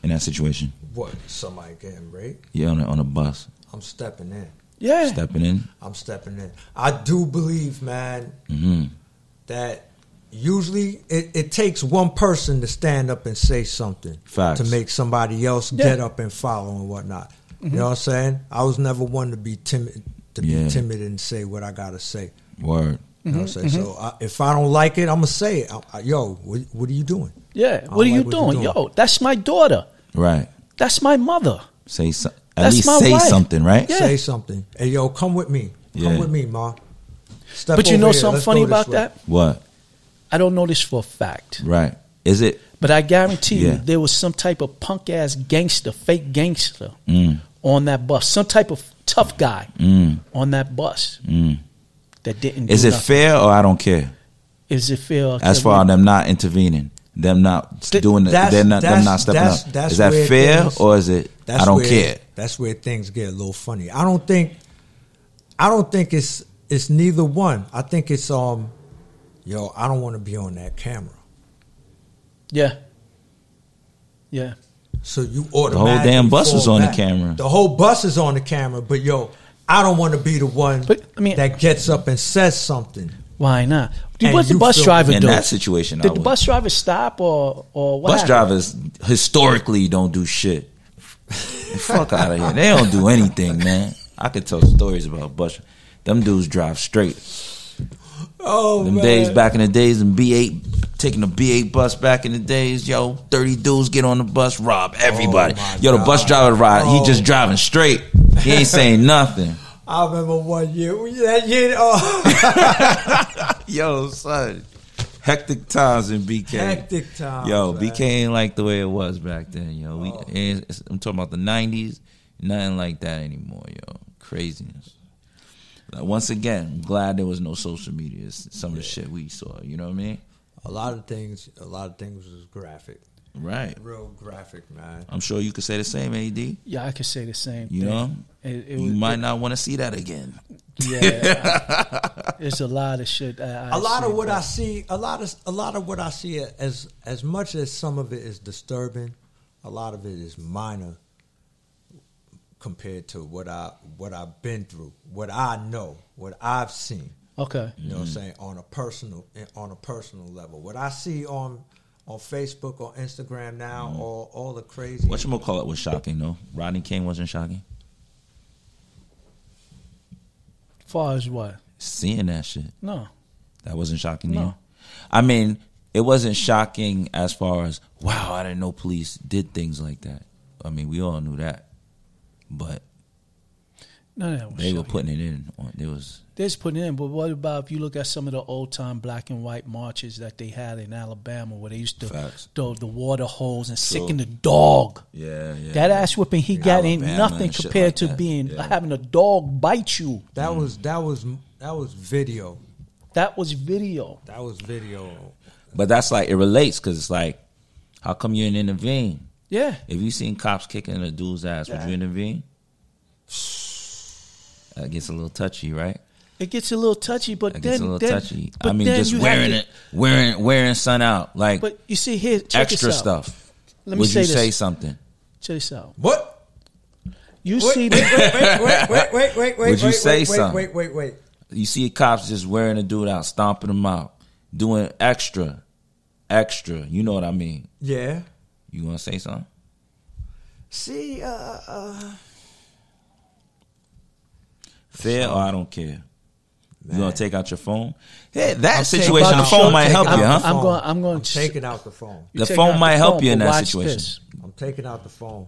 Speaker 1: in that situation?
Speaker 3: what somebody getting raped.
Speaker 1: You're on a, on a bus,
Speaker 3: I'm stepping in.
Speaker 2: Yeah,
Speaker 1: stepping in.
Speaker 3: I'm stepping in. I do believe, man,
Speaker 1: hmm
Speaker 3: that usually it, it takes one person to stand up and say something
Speaker 1: Facts.
Speaker 3: to make somebody else
Speaker 2: Yeah. Mm-hmm.
Speaker 3: get up and follow and whatnot. You know what I'm saying? I was never one to be timid to
Speaker 1: Yeah.
Speaker 3: be timid and say what I gotta say.
Speaker 1: Word.
Speaker 3: You know what I'm
Speaker 2: Mm-hmm.
Speaker 3: saying? So I, if I don't like it, I'm gonna say it. I, I, yo, what, what are you doing?
Speaker 2: yeah.
Speaker 3: I
Speaker 2: What are
Speaker 3: don't
Speaker 2: you
Speaker 3: like what you're
Speaker 2: doing?
Speaker 3: doing.
Speaker 2: yo? That's my daughter.
Speaker 1: Right.
Speaker 2: That's my mother.
Speaker 1: Say so, at
Speaker 2: That's
Speaker 1: least
Speaker 2: my
Speaker 1: say
Speaker 2: wife.
Speaker 1: something. Right.
Speaker 2: Yeah.
Speaker 3: Say something. Hey, yo, come with me. Come
Speaker 1: Yeah.
Speaker 3: with me, ma. Step
Speaker 2: but you
Speaker 3: over
Speaker 2: know
Speaker 3: here.
Speaker 2: something
Speaker 3: Let's
Speaker 2: funny
Speaker 3: go this
Speaker 2: about
Speaker 3: way.
Speaker 2: that?
Speaker 1: What?
Speaker 2: I don't know this for a fact.
Speaker 1: Right. Is it?
Speaker 2: But I guarantee
Speaker 1: Yeah.
Speaker 2: you, there was some type of punk ass gangster, fake gangster
Speaker 1: Mm,
Speaker 2: on that bus. Some type of tough guy
Speaker 1: mm,
Speaker 2: on that bus
Speaker 1: mm.
Speaker 2: that didn't.
Speaker 1: Is
Speaker 2: do
Speaker 1: it
Speaker 2: nothing.
Speaker 1: fair or I don't care?
Speaker 2: Is it fair? I
Speaker 1: As
Speaker 2: can't
Speaker 1: far as
Speaker 2: remember.
Speaker 1: them not intervening, them not
Speaker 2: Th-
Speaker 1: doing, the,
Speaker 3: that's-
Speaker 1: they're not, them
Speaker 3: that's-
Speaker 1: not stepping
Speaker 3: that's-
Speaker 1: up.
Speaker 3: that's
Speaker 1: is that
Speaker 3: where it
Speaker 1: fair
Speaker 3: is.
Speaker 1: or is it?
Speaker 3: That's
Speaker 1: I don't
Speaker 3: where,
Speaker 1: care.
Speaker 3: That's where things get a little funny. I don't think I don't think it's it's neither one. I think it's um yo, I don't want to be on that camera.
Speaker 2: yeah, yeah.
Speaker 3: So you
Speaker 1: damn
Speaker 3: automatically
Speaker 1: bus
Speaker 3: fall
Speaker 1: was on the
Speaker 3: back.
Speaker 1: camera.
Speaker 3: The whole bus is on the camera, but yo, I don't want to be the one
Speaker 2: But, I mean-
Speaker 3: that gets up and says something.
Speaker 2: Why not? Dude,
Speaker 3: And
Speaker 2: what the
Speaker 3: you
Speaker 2: bus
Speaker 3: feel-
Speaker 2: driver
Speaker 1: In
Speaker 2: do?
Speaker 1: that situation, I
Speaker 2: Did the
Speaker 1: would.
Speaker 2: bus driver stop or or what?
Speaker 1: bus
Speaker 2: happened?
Speaker 1: drivers historically don't do shit. Fuck out of here. They don't do anything, man. I could tell stories about bus. Them dudes drive straight.
Speaker 3: Oh
Speaker 1: Them days back in the days, and B eight taking the B eight bus back in the days, yo, thirty dudes get on the bus, rob everybody.
Speaker 3: Oh, my
Speaker 1: yo, the bus
Speaker 3: God.
Speaker 1: driver ride, he
Speaker 3: Oh.
Speaker 1: just driving straight. He [LAUGHS] ain't saying nothing.
Speaker 3: I remember one year that year
Speaker 1: [LAUGHS]
Speaker 3: oh
Speaker 1: Yo, son, hectic times in BK.
Speaker 3: hectic time.
Speaker 1: Yo,
Speaker 3: man.
Speaker 1: BK ain't like the way it was back then, yo. We, it's- I'm talking about the '90s, nothing like that anymore, yo. Craziness. Like, once again, I'm glad there was no social media. It's some of the shit we saw, you know what I mean?
Speaker 3: A lot of things a lot of things was graphic.
Speaker 1: Right.
Speaker 3: Real graphic, man.
Speaker 1: I'm sure you could say the same, AD.
Speaker 2: Yeah, I could say the same.
Speaker 1: You
Speaker 2: thing.
Speaker 1: know,
Speaker 2: it, it
Speaker 1: you
Speaker 2: was,
Speaker 1: might not want to see that again.
Speaker 2: Yeah,
Speaker 1: [LAUGHS]
Speaker 2: I- there's a lot of shit. I, I
Speaker 3: a lot
Speaker 2: see,
Speaker 3: of what
Speaker 2: but
Speaker 3: I see, a lot of a lot of what I see as as much as some of it is disturbing, a lot of it is minor compared to what I what I've been through, what I know, what I've seen.
Speaker 2: okay.
Speaker 3: You
Speaker 1: Mm-hmm.
Speaker 3: know what I'm saying? On a personal on a personal level, what I see on on Facebook or Instagram now,
Speaker 1: Mm-hmm.
Speaker 3: all all the crazy.
Speaker 1: What you gonna call it was shocking though. Rodney King wasn't shocking.
Speaker 2: Far as what?
Speaker 1: Seeing that shit.
Speaker 2: No.
Speaker 1: That wasn't shocking to
Speaker 2: No.
Speaker 1: you. I mean, it wasn't shocking as far as wow, I didn't know police did things like that. I mean, we all knew that, but
Speaker 2: No, no,
Speaker 1: they
Speaker 2: sure.
Speaker 1: were putting it in. on- There was
Speaker 2: They're just putting in, but what about if you look at some of the old time black and white marches that they had in Alabama where they used to
Speaker 1: Facts.
Speaker 2: throw the water holes and
Speaker 1: True.
Speaker 2: sicking the dog?
Speaker 1: yeah, yeah.
Speaker 2: That ass whipping he got ain't
Speaker 1: Alabama
Speaker 2: nothing
Speaker 1: and shit
Speaker 2: compared
Speaker 1: like
Speaker 2: to
Speaker 1: that.
Speaker 2: being
Speaker 1: Yeah.
Speaker 2: having a dog bite you.
Speaker 3: that
Speaker 1: Mm-hmm.
Speaker 3: was that was that was video.
Speaker 2: That was video.
Speaker 3: That was video.
Speaker 1: but that's like it relates because it's like, how come you didn't intervene?
Speaker 2: Yeah.
Speaker 1: If you seen cops kicking a dude's ass, would you intervene? That gets a little touchy, right?
Speaker 2: It gets a little touchy, but
Speaker 1: That
Speaker 2: then
Speaker 1: gets a little
Speaker 2: then-
Speaker 1: touchy.
Speaker 2: but
Speaker 1: I mean,
Speaker 2: then
Speaker 1: just
Speaker 2: you have
Speaker 1: wearing
Speaker 2: to-
Speaker 1: it, wearing wearing sun out, like
Speaker 2: But you see here, check
Speaker 1: extra
Speaker 2: this out.
Speaker 1: stuff.
Speaker 2: Let me
Speaker 1: would
Speaker 2: say
Speaker 1: you
Speaker 2: this.
Speaker 1: say something?
Speaker 2: Check this out.
Speaker 3: What?
Speaker 2: You
Speaker 3: Wait,
Speaker 2: see,
Speaker 3: wait, wait, wait, wait, wait, wait, wait.
Speaker 1: Would you
Speaker 3: wait,
Speaker 1: say
Speaker 3: wait,
Speaker 1: something?
Speaker 3: Wait, wait, wait.
Speaker 1: You see cops just wearing a dude out, stomping him out, doing extra, extra. You know what I mean?
Speaker 3: Yeah.
Speaker 1: You gonna say something?
Speaker 3: See, uh, uh,
Speaker 1: Fair or I don't care. You gonna take out your phone? Yeah, that
Speaker 3: I'm taking
Speaker 1: situation,
Speaker 3: out
Speaker 1: the
Speaker 3: the
Speaker 1: phone
Speaker 3: phone,
Speaker 1: might
Speaker 3: taking
Speaker 1: help
Speaker 3: out
Speaker 1: you,
Speaker 3: the
Speaker 1: huh?
Speaker 2: I'm
Speaker 3: phone.
Speaker 2: going. I'm going.
Speaker 3: I'm taking out the phone.
Speaker 1: The phone might help you in that situation.
Speaker 3: I'm taking out the phone.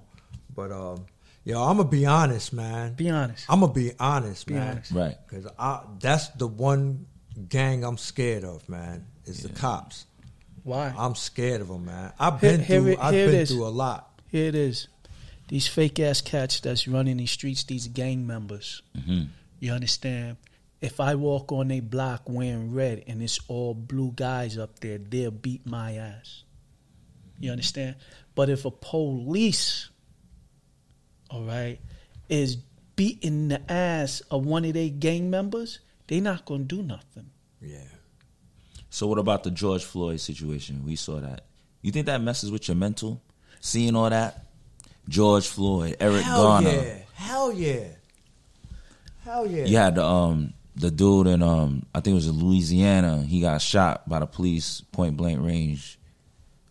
Speaker 3: But um, yo, I'm gonna be honest, man.
Speaker 2: Be honest.
Speaker 3: I'm gonna be honest, man.
Speaker 2: honest.
Speaker 1: Right.
Speaker 3: Cause I that's the one gang I'm scared of, man. Is the cops.
Speaker 2: Why?
Speaker 3: I'm scared of them, man. I've
Speaker 2: Here-
Speaker 3: been
Speaker 2: here
Speaker 3: through.
Speaker 2: it-
Speaker 3: I've
Speaker 2: here it
Speaker 3: been
Speaker 2: is.
Speaker 3: through a lot.
Speaker 2: Here it is. These fake ass cats that's running these streets, these gang members.
Speaker 1: Mm-hmm.
Speaker 2: You understand? If I walk on a block wearing red and it's all blue guys up there, they'll beat my ass. You understand? But if a police, all right, is beating the ass of one of their gang members, they not gonna do nothing.
Speaker 3: Yeah.
Speaker 1: So what about the George Floyd situation? We saw that. You think that messes with your mental? Seeing all that? George Floyd, Eric
Speaker 3: Hell
Speaker 1: Garner.
Speaker 3: yeah. Hell yeah. Hell yeah.
Speaker 1: You had the um the dude in um I think it was in Louisiana. He got shot by the police point blank range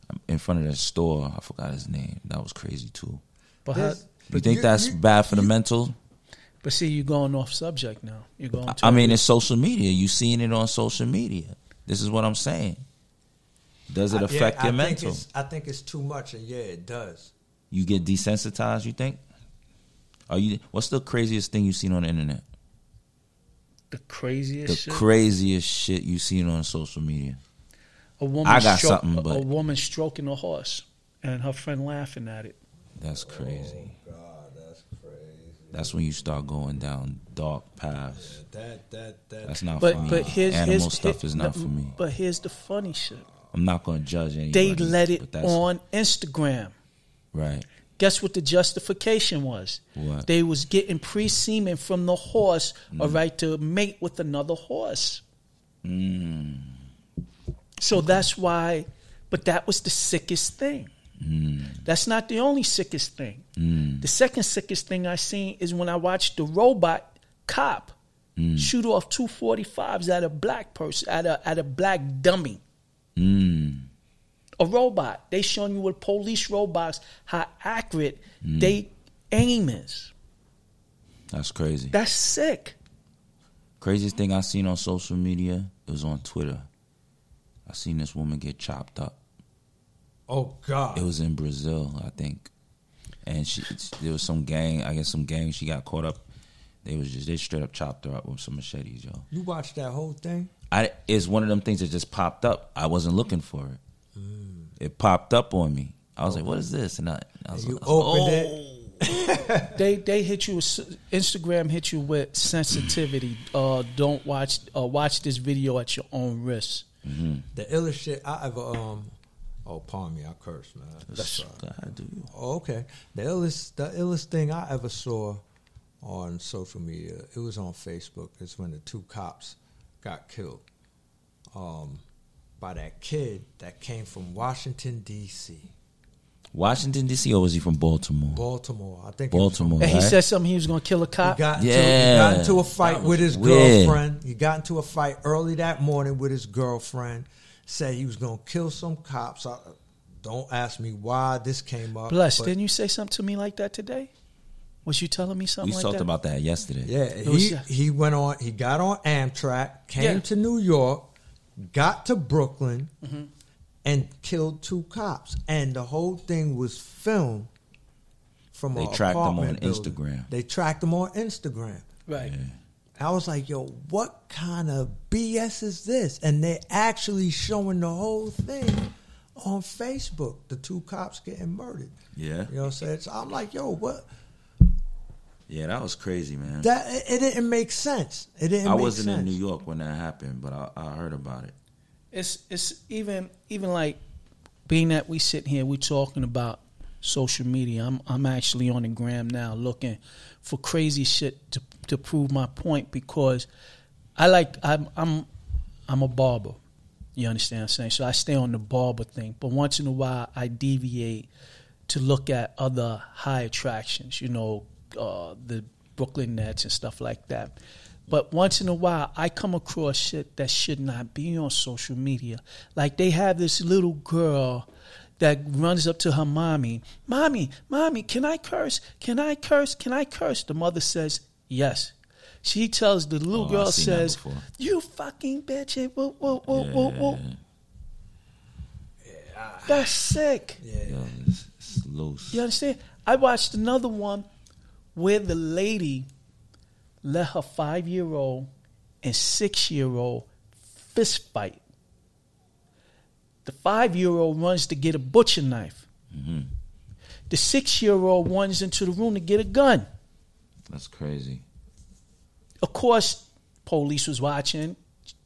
Speaker 1: um, in front of that store. I forgot his name. That was crazy too.
Speaker 2: But
Speaker 3: This-
Speaker 2: how-
Speaker 1: You
Speaker 3: but
Speaker 1: think
Speaker 3: you-
Speaker 1: that's
Speaker 3: you-
Speaker 1: bad for the mental?
Speaker 2: but see, you're going off subject now. You're going.
Speaker 1: I-
Speaker 2: To
Speaker 1: I mean, it's social media. You seeing it on social media. This is what I'm saying. Does it
Speaker 3: I- yeah,
Speaker 1: affect
Speaker 3: I
Speaker 1: your
Speaker 3: think
Speaker 1: mental?
Speaker 3: it's- I think it's too much, and yeah, it does.
Speaker 1: You get desensitized. You think? Are you? What's the craziest thing you've seen on the internet?
Speaker 2: the craziest.
Speaker 1: The
Speaker 2: shit.
Speaker 1: craziest shit you've seen on social media.
Speaker 2: A woman
Speaker 1: I got
Speaker 2: stro-
Speaker 1: something,
Speaker 2: a-
Speaker 1: but-
Speaker 2: a woman stroking a horse and her friend laughing at it.
Speaker 1: That's crazy.
Speaker 3: God, that's crazy.
Speaker 1: That's when you start going down dark paths.
Speaker 3: That that that.
Speaker 1: That's not for
Speaker 2: But
Speaker 1: me.
Speaker 2: but here's
Speaker 1: Animal
Speaker 2: here's,
Speaker 1: stuff
Speaker 2: here-
Speaker 1: is not
Speaker 2: no,
Speaker 1: for me.
Speaker 2: But here's the funny shit.
Speaker 1: I'm not going to judge anybody.
Speaker 2: They let
Speaker 1: but
Speaker 2: it
Speaker 1: that's-
Speaker 2: on Instagram.
Speaker 1: Right.
Speaker 2: Guess what the justification was?
Speaker 1: What?
Speaker 2: They was getting pre semen from the horse, all right, to mate with another horse. So that's why. But that was the sickest thing. That's not the only sickest thing. The second sickest thing I seen is when I watched the robot cop shoot off two forty fives at a black person at a at a black dummy. A robot. They showing you with police robots how accurate they aim is.
Speaker 1: That's crazy.
Speaker 2: That's sick.
Speaker 1: Craziest thing I seen on social media it was on Twitter. I seen this woman get chopped up.
Speaker 3: Oh God.
Speaker 1: It was in Brazil, I think. And she there was some gang, I guess some gang she got caught up. They was just they straight up chopped her up with some machetes, yo.
Speaker 3: you watched that whole thing?
Speaker 1: I it's one of them things that just popped up. I wasn't looking for it.
Speaker 2: Mm.
Speaker 1: It popped up on me. I was like, "What is this?" And I, I was
Speaker 3: You
Speaker 1: like,
Speaker 3: opened
Speaker 1: "Oh."
Speaker 3: it.
Speaker 2: They they hit you. With, s- Instagram hit you with sensitivity. Uh, don't watch uh, watch this video at your own risk.
Speaker 3: The illest shit I ever um. Oh, pardon me, I cursed, man. That's all right.
Speaker 1: God, dude.
Speaker 3: Oh, okay. The illest, the illest thing I ever saw on social media, it was on Facebook. It's when the two cops got killed um, by that kid that came from Washington D.C.,
Speaker 1: Washington D.C. or was he from Baltimore?
Speaker 3: Baltimore. I think.
Speaker 1: Baltimore.
Speaker 2: And he
Speaker 1: right?
Speaker 2: said something. He was gonna kill a
Speaker 3: He
Speaker 2: cop.
Speaker 3: got, into,
Speaker 1: Yeah.
Speaker 3: he got into a fight
Speaker 1: That was
Speaker 3: with his
Speaker 1: weird.
Speaker 3: girlfriend. He got into a fight early that morning with his girlfriend. Said he was gonna kill some cops. I, don't ask me why this came up.
Speaker 2: Bless.
Speaker 3: but-
Speaker 2: Didn't you say something to me like that today? Was you telling me something
Speaker 1: we
Speaker 2: like
Speaker 1: talked
Speaker 2: that?
Speaker 1: about that yesterday.
Speaker 3: Yeah,
Speaker 2: was-
Speaker 3: he he went on. He got on Amtrak, came
Speaker 2: Yeah.
Speaker 3: to New York, got to Brooklyn, and killed two cops. And the whole thing was filmed from.
Speaker 1: They
Speaker 3: a
Speaker 1: tracked him on
Speaker 3: apartment building.
Speaker 1: Instagram.
Speaker 3: They tracked him on Instagram.
Speaker 2: right.
Speaker 3: I was like, "Yo, what kind of BS is this?" And they actually showing the whole thing on Facebook. The two cops getting murdered.
Speaker 1: yeah,
Speaker 3: You know what I'm saying? So I'm like, "Yo, what?"
Speaker 1: yeah. That was crazy, man.
Speaker 3: That it, it didn't make sense. It didn't.
Speaker 1: I
Speaker 3: make
Speaker 1: wasn't
Speaker 3: sense.
Speaker 1: in New York when that happened, but I, I heard about it.
Speaker 2: It's it's even even like being that we sitting here, we talking about social media. I'm I'm actually on the gram now looking for crazy shit to to prove my point because I like I'm I'm I'm a barber. You understand what I'm saying? So I stay on the barber thing, but once in a while I deviate to look at other high attractions, you know, uh, the Brooklyn Nets and stuff like that. But once in a while, I come across shit that should not be on social media. Like they have this little girl that runs up to her mommy, Mommy, Mommy, can I curse? Can I curse? Can I curse? The mother says, Yes. She tells the little
Speaker 1: Oh, I've
Speaker 2: girl
Speaker 1: seen that
Speaker 2: says,
Speaker 1: before.
Speaker 2: "You fucking bitch!" and Whoa, whoa, whoa, whoa, whoa. That's sick.
Speaker 3: Yeah.
Speaker 1: Yo, it's, it's loose.
Speaker 2: You understand? I watched another one where the lady let her five year old and six year old fist fight. The five year old runs to get a butcher knife. The six year old runs into the room to get a gun.
Speaker 1: That's crazy.
Speaker 2: Of course, police was watching.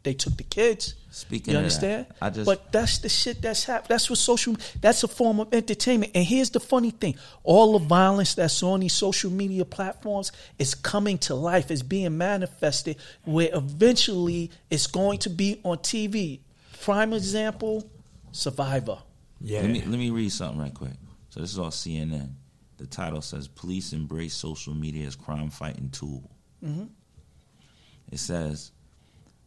Speaker 2: They took the kids.
Speaker 1: Speaking
Speaker 2: you
Speaker 1: of that,
Speaker 2: understand?
Speaker 1: I just-
Speaker 2: but that's the shit that's happened. That's what social. That's a form of entertainment. And here's the funny thing: all the violence that's on these social media platforms is coming to life. It's being manifested. Where eventually it's going to be on TV. Prime example: Survivor.
Speaker 3: Yeah.
Speaker 1: Let me let me read something right quick. So this is all CNN. The title says police embrace social media as crime fighting tool. It says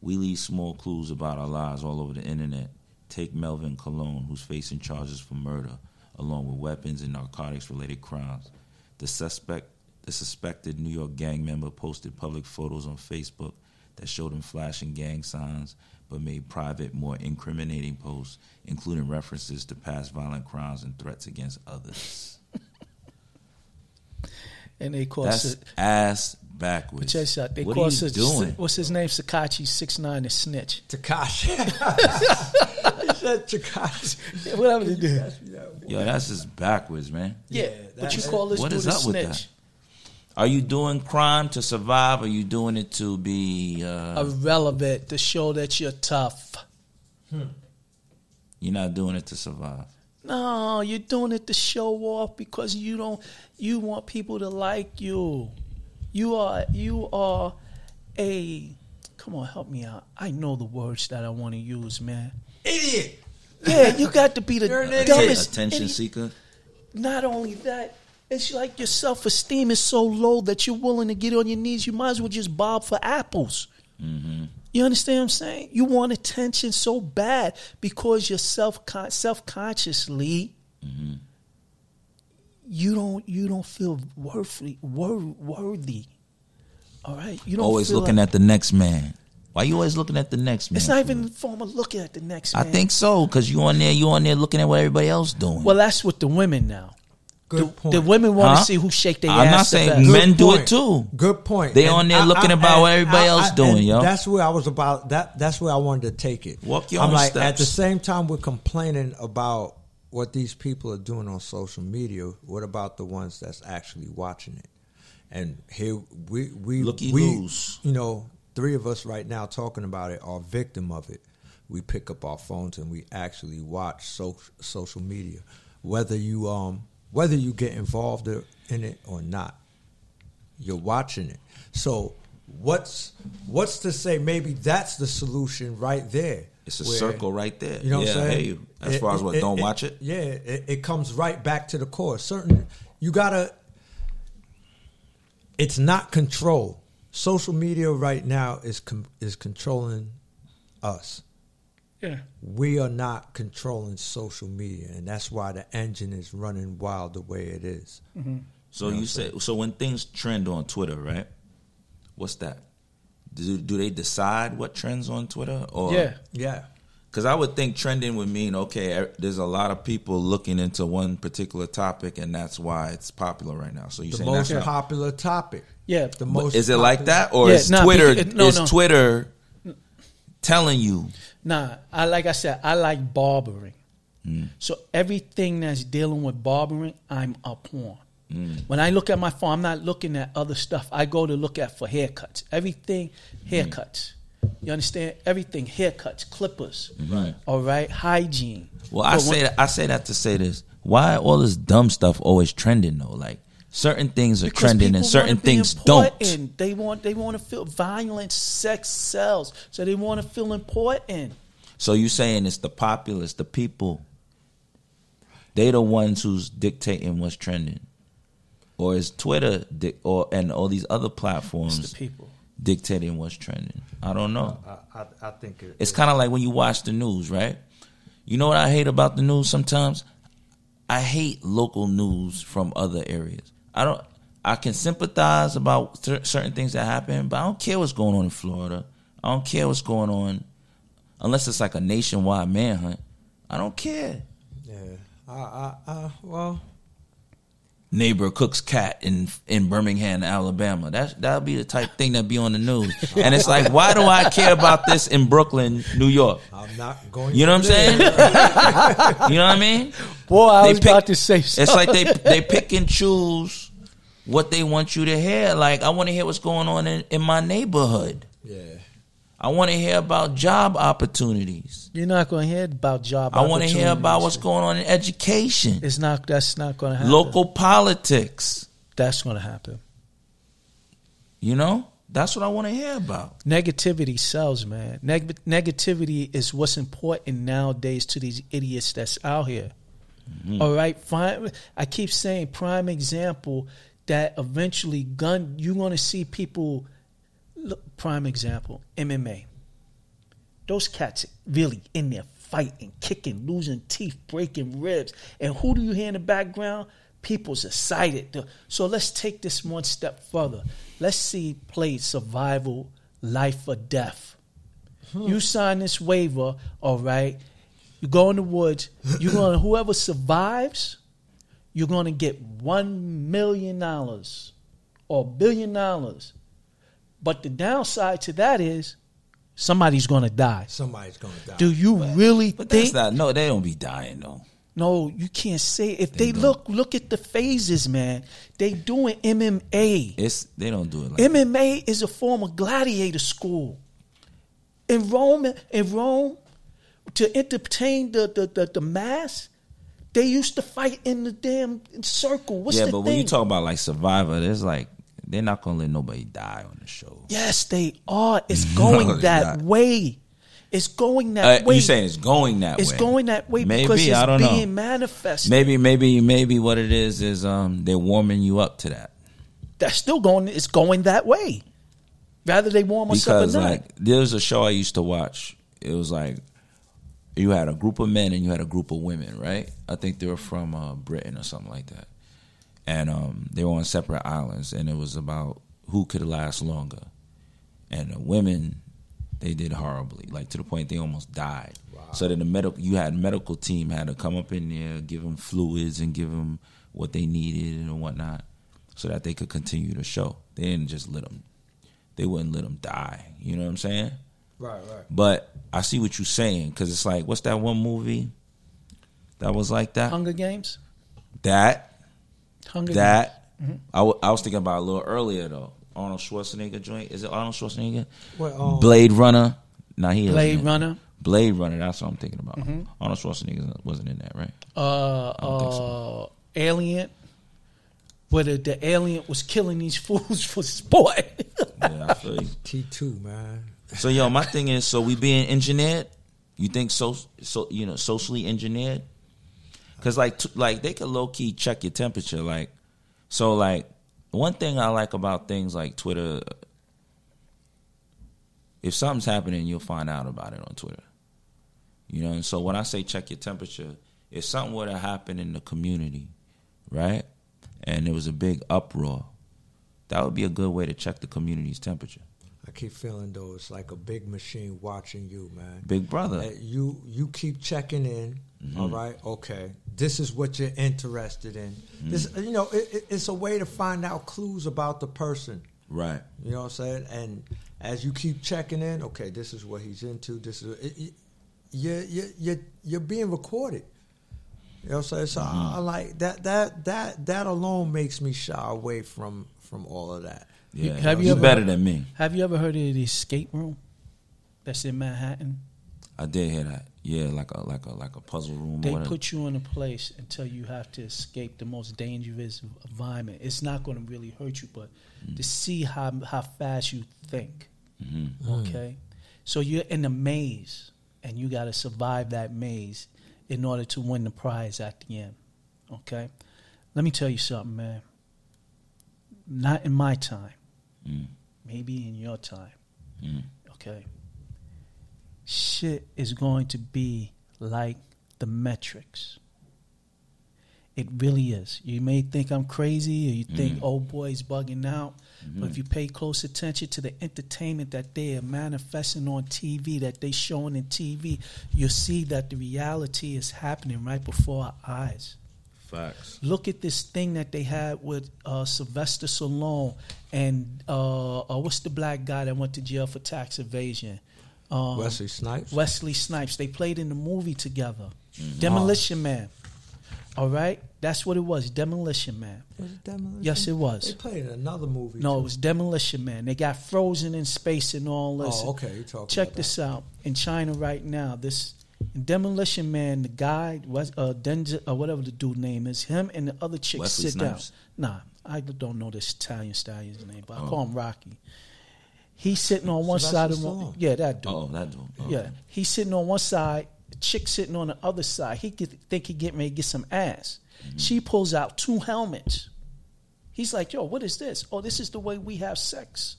Speaker 1: we leave small clues about our lives all over the internet. Take Melvin Cologne, who's facing charges for murder, along with weapons and narcotics related crimes. The suspect, the suspected New York gang member, posted public photos on Facebook that showed him flashing gang signs, but made private, more incriminating posts, including references to past violent crimes and threats against others.
Speaker 2: And they call
Speaker 1: That's
Speaker 2: it
Speaker 1: ass backwards.
Speaker 2: check shot. uh, They
Speaker 1: what
Speaker 2: call
Speaker 1: are you
Speaker 2: Sa-
Speaker 1: doing?
Speaker 2: what's his name? Sakachi six nine a snitch.
Speaker 3: Takashi. [LAUGHS] he said Takashi. [LAUGHS]
Speaker 2: Whatever they do.
Speaker 1: Yo, that's just backwards, man.
Speaker 2: Yeah, but
Speaker 3: that-
Speaker 2: you call this
Speaker 1: What
Speaker 2: dude
Speaker 1: is
Speaker 2: a
Speaker 1: up with
Speaker 2: snitch.
Speaker 1: that? Are you doing crime to survive? Or are you doing it to be? Uh,
Speaker 2: irrelevant to show that you're tough.
Speaker 1: you're not doing it to survive.
Speaker 2: No, you're doing it to show off because you don't you want people to like you. You are you are a come on, help me out. I know the words that I want to use,
Speaker 3: [LAUGHS]
Speaker 2: man.
Speaker 3: Idiot.
Speaker 2: Yeah, you got to be the
Speaker 3: You're an idiot.
Speaker 2: dumbest
Speaker 1: Attention
Speaker 2: idiot.
Speaker 1: seeker.
Speaker 2: Not only that, it's like your self esteem is so low that you're willing to get on your knees. You might as well just bob for apples.
Speaker 1: Mm-hmm.
Speaker 2: You understand what I'm saying? You want attention so bad because you're self self consciously
Speaker 1: Mm-hmm.
Speaker 2: you don't you don't feel worthy wor- worthy. All right, you don't
Speaker 1: Always
Speaker 2: feel
Speaker 1: looking
Speaker 2: like-
Speaker 1: at the next man. Why you always looking at the next man?
Speaker 2: It's not even the form of looking at the next.
Speaker 1: I
Speaker 2: man.
Speaker 1: think so because you on there. You on there looking at what everybody else doing.
Speaker 2: Well, that's with the women now. the,
Speaker 3: Good point.
Speaker 2: the women want to
Speaker 1: Huh?
Speaker 2: see who shake their
Speaker 1: I'm
Speaker 2: ass.
Speaker 1: not
Speaker 2: the
Speaker 1: saying
Speaker 2: best.
Speaker 1: men
Speaker 3: Good
Speaker 1: do it
Speaker 3: point.
Speaker 1: too.
Speaker 3: Good point.
Speaker 1: They on there looking about what everybody else doing,
Speaker 3: and
Speaker 1: yo.
Speaker 3: That's where I was about. That that's where I wanted to take it.
Speaker 1: Walk your
Speaker 3: I'm
Speaker 1: own
Speaker 3: like
Speaker 1: steps.
Speaker 3: at the same time we're complaining about what these people are doing on social media. What about the ones that's actually watching it? And here we we
Speaker 1: Looky
Speaker 3: we,
Speaker 1: loos.
Speaker 3: You know, three of us right now talking about it are victim of it. We pick up our phones and we actually watch so, social media, whether you um whether you get involved in it or not you're watching it. So what's what's to say maybe that's the solution right there?
Speaker 1: it's a
Speaker 3: where-
Speaker 1: circle right there.
Speaker 3: You know
Speaker 1: yeah,
Speaker 3: what I'm
Speaker 1: I
Speaker 3: saying?
Speaker 1: hear you. As far as what, don't watch it.
Speaker 3: Yeah, it, it comes right back to the core. Certain you gotta. It's not control. Social media right now is com- is controlling us.
Speaker 2: Yeah.
Speaker 3: We are not controlling social media, and that's why the engine is running wild the way it is.
Speaker 1: Hmm. So you say so when things trend on Twitter, right? What's that? Do, do they decide what trends on Twitter or
Speaker 2: Yeah.
Speaker 3: Yeah,
Speaker 1: Because I would think trending would mean okay, er- there's a lot of people looking into one particular topic, and that's why it's popular right now. So you
Speaker 3: the
Speaker 1: saying that's
Speaker 3: most
Speaker 1: not-
Speaker 3: popular topic.
Speaker 2: Yeah.
Speaker 3: the
Speaker 1: But
Speaker 3: most
Speaker 1: is it like
Speaker 3: popular-
Speaker 1: that, or
Speaker 2: Yeah,
Speaker 1: is
Speaker 2: nah,
Speaker 1: Twitter
Speaker 2: beca- no,
Speaker 1: is
Speaker 2: no.
Speaker 1: Twitter telling you?
Speaker 2: Nah, I like I said, I like barbering.
Speaker 1: Mm.
Speaker 2: So everything that's dealing with barbering, I'm up on.
Speaker 1: Mm.
Speaker 2: When I look at my phone, I'm not looking at other stuff. I go to look at for haircuts. Everything,
Speaker 1: Mm.
Speaker 2: haircuts. You understand? Everything, haircuts, clippers.
Speaker 1: Right.
Speaker 2: All right, hygiene.
Speaker 1: Mm. Well, I
Speaker 2: But when-
Speaker 1: say that, I say that to say this: Why all this dumb stuff always trending though? Like certain things are
Speaker 2: Because
Speaker 1: trending, and
Speaker 2: people
Speaker 1: certain
Speaker 2: wanna be
Speaker 1: things don't.
Speaker 2: important. They want they want to feel violence, sex sells, so they want to feel important.
Speaker 1: So you saying it's the populace, the people. They the ones who's dictating what's trending, or is Twitter di- or and all these other
Speaker 2: It's
Speaker 1: platforms
Speaker 2: the people.
Speaker 1: dictating what's trending? I don't know.
Speaker 3: I, I, I think it,
Speaker 1: It's kind of like when you watch the news, right? You know what I hate about the news sometimes? I hate local news from other areas. I don't I can sympathize about cer- certain things that happen, but I don't care what's going on in Florida. I don't care what's going on, unless it's like a nationwide manhunt. I don't care.
Speaker 3: Yeah. I, I, I, well,
Speaker 1: Neighbor cooks cat in in Birmingham, Alabama. That that'll be the type thing that be on the news. And it's like, why do I care about this in Brooklyn, New York?
Speaker 3: I'm not going.
Speaker 1: You know what I'm saying? you know what I mean?
Speaker 2: Boy, I
Speaker 1: They
Speaker 2: was
Speaker 1: pick-
Speaker 2: about to say something.
Speaker 1: It's like they they pick and choose what they want you to hear. Like I want to hear what's going on in, in my neighborhood.
Speaker 3: Yeah.
Speaker 1: I want to hear about job opportunities.
Speaker 2: You're not going to hear about job.
Speaker 1: I want to hear about
Speaker 2: opportunities.
Speaker 1: what's going on in education,
Speaker 2: It's not. That's not going to happen.
Speaker 1: local politics.
Speaker 2: That's going to happen.
Speaker 1: You know, that's what I want to hear about.
Speaker 2: Negativity sells, man. Neg- negativity is what's important nowadays to these idiots that's out here.
Speaker 1: Mm-hmm.
Speaker 2: All right, fine. I keep saying prime example that eventually gun. You're going to see people. Look, prime example MMA. Those cats really in there fighting, kicking, losing teeth, breaking ribs, and who do you hear in the background? People's excited. The- So let's take this one step further. Let's see play survival, life or death. You sign this waiver, all right. You go in the woods. You're going. to Whoever survives, you're going to get one million dollars or billion dollars. But the downside to that is somebody's going to die.
Speaker 3: Somebody's going to die.
Speaker 2: Do you really
Speaker 1: But that's
Speaker 2: think?
Speaker 1: not. No, they don't be dying though.
Speaker 2: no, you can't say. If they,
Speaker 1: don't.
Speaker 2: look, look at the phases, man. They doing MMA.
Speaker 1: It's they don't do it like.
Speaker 2: MMA is a form of gladiator school. In Rome, in Rome, to entertain the the, the, the mass, they used to fight in the damn circle. What's
Speaker 1: yeah,
Speaker 2: the
Speaker 1: but
Speaker 2: thing?
Speaker 1: when you talk about like Survivor, there's like they're not gonna let nobody die on the show.
Speaker 2: yes, they
Speaker 1: [LAUGHS]
Speaker 2: are. It's going
Speaker 1: No, it's
Speaker 2: that
Speaker 1: not.
Speaker 2: way. It's going
Speaker 1: Uh,
Speaker 2: that way.
Speaker 1: you saying it's going that
Speaker 2: it's
Speaker 1: way?
Speaker 2: going that way
Speaker 1: Maybe
Speaker 2: because it's
Speaker 1: I don't
Speaker 2: being
Speaker 1: know.
Speaker 2: manifested.
Speaker 1: Maybe, maybe, maybe what it is is um they're warming you up to that
Speaker 2: That's still going. It's going that way. Rather they warm us up
Speaker 1: because
Speaker 2: or not.
Speaker 1: like there was a show I used to watch. It was like you had a group of men and you had a group of women, right? I think they were from uh, Britain or something like that, and um they were on separate islands, and it was about who could last longer, and the women. They did horribly, like to the point they almost died. So then the medical, you had medical team had to come up in there, give them fluids and give them what they needed and whatnot, so that they could continue the show. They didn't just let them they wouldn't let them die. You know what I'm saying?
Speaker 3: right, right.
Speaker 1: But I see what you're saying because it's like, what's that one movie that was like that?
Speaker 2: Hunger Games.
Speaker 1: That
Speaker 2: Hunger Games.
Speaker 1: that I, w- I was thinking about a little earlier though. Arnold Schwarzenegger joint is it Arnold Schwarzenegger?
Speaker 3: Well, um,
Speaker 1: Blade Runner. Nah, he wasn't
Speaker 2: Blade
Speaker 1: in-
Speaker 2: Runner.
Speaker 1: Blade Runner. That's what I'm thinking about. Arnold Schwarzenegger wasn't in that, right?
Speaker 2: Uh,
Speaker 1: don't think
Speaker 2: uh, Alien. Where the, the alien was killing these [LAUGHS] fools for sport.
Speaker 1: Yeah, I feel you.
Speaker 3: T2, man. [LAUGHS]
Speaker 1: So yo, my thing is, so we being engineered. You think so? So you know, socially engineered. Because like, t- like they could low key check your temperature. Like, so like one thing I like about things like Twitter. If something's happening, you'll find out about it on Twitter. You know, and so when I say check your temperature, if something were to happen in the community, right, and there was a big uproar, that would be a good way to check the community's temperature.
Speaker 3: I keep feeling though it's like a big machine watching you, man.
Speaker 1: Big brother. Mm-hmm.
Speaker 3: That you you keep checking in. all right, okay. This is what you're interested in. This,
Speaker 1: Mm-hmm.
Speaker 3: you know, it, it, it's a way to find out clues about the person.
Speaker 1: Right.
Speaker 3: You know what I'm saying? And as you keep checking in, okay, this is what he's into. This is it, it, you're, you're you're you're being recorded. You know what I'm saying? So I, I like that that that that alone makes me shy away from from all of that.
Speaker 1: Yeah.
Speaker 2: Have you
Speaker 1: you
Speaker 2: ever-
Speaker 1: better than me.
Speaker 2: [LAUGHS] Have you ever heard of the escape room? That's in Manhattan.
Speaker 1: I did hear that. Yeah, like a like a like a puzzle room.
Speaker 2: They
Speaker 1: or whatever.
Speaker 2: put you in a place until you have to escape the most dangerous environment. It's not going to really hurt you, but to see how how fast you think.
Speaker 1: Mm-hmm.
Speaker 3: Hmm.
Speaker 2: Okay, so you're in a maze, and you got to survive that maze in order to win the prize at the end. Okay, let me tell you something, man. Not in my time,
Speaker 1: Mm.
Speaker 2: maybe in your time.
Speaker 1: Mm.
Speaker 2: Okay, shit is going to be like the metrics. It really is. You may think I'm crazy or you think, oh boy, he's bugging out. But if you pay close attention to the entertainment that they are manifesting on TV, that they showing in TV, you'll see that the reality is happening right before our eyes.
Speaker 1: Facts.
Speaker 2: Look at this thing that they had with uh, Sylvester Stallone and uh, uh, what's the black guy that went to jail for tax evasion? Um,
Speaker 3: Wesley Snipes. Mm-hmm.
Speaker 2: Wesley Snipes. They played in the movie together.
Speaker 3: Ah.
Speaker 2: Demolition Man. All right, that's what it was. Demolition Man.
Speaker 3: Was it Demolition?
Speaker 2: Yes, it was.
Speaker 3: They played in another movie.
Speaker 2: No, it
Speaker 3: too.
Speaker 2: was Demolition Man. They got frozen in space and all this.
Speaker 3: Oh, okay, you're talking
Speaker 2: Check
Speaker 3: about
Speaker 2: this out. In China right now, this Demolition Man, the guy was uh, Denzel, uh, whatever the dude name is, him and the other chick
Speaker 1: Wesley
Speaker 2: sit
Speaker 1: Snipes?
Speaker 2: down. Nah, I don't know this Italian stallion's name,
Speaker 3: Oh.
Speaker 2: but I call him Rocky. He's sitting on one
Speaker 3: Sylvester
Speaker 2: side of
Speaker 3: Stallone.
Speaker 2: the yeah, that dude.
Speaker 1: Oh, that dude. Okay.
Speaker 2: Yeah, he's sitting on one side, chick sitting on the other side. He could think he get ready to get some ass. She pulls out two helmets. He's like, "Yo, what is this? Oh, this is the way we have sex.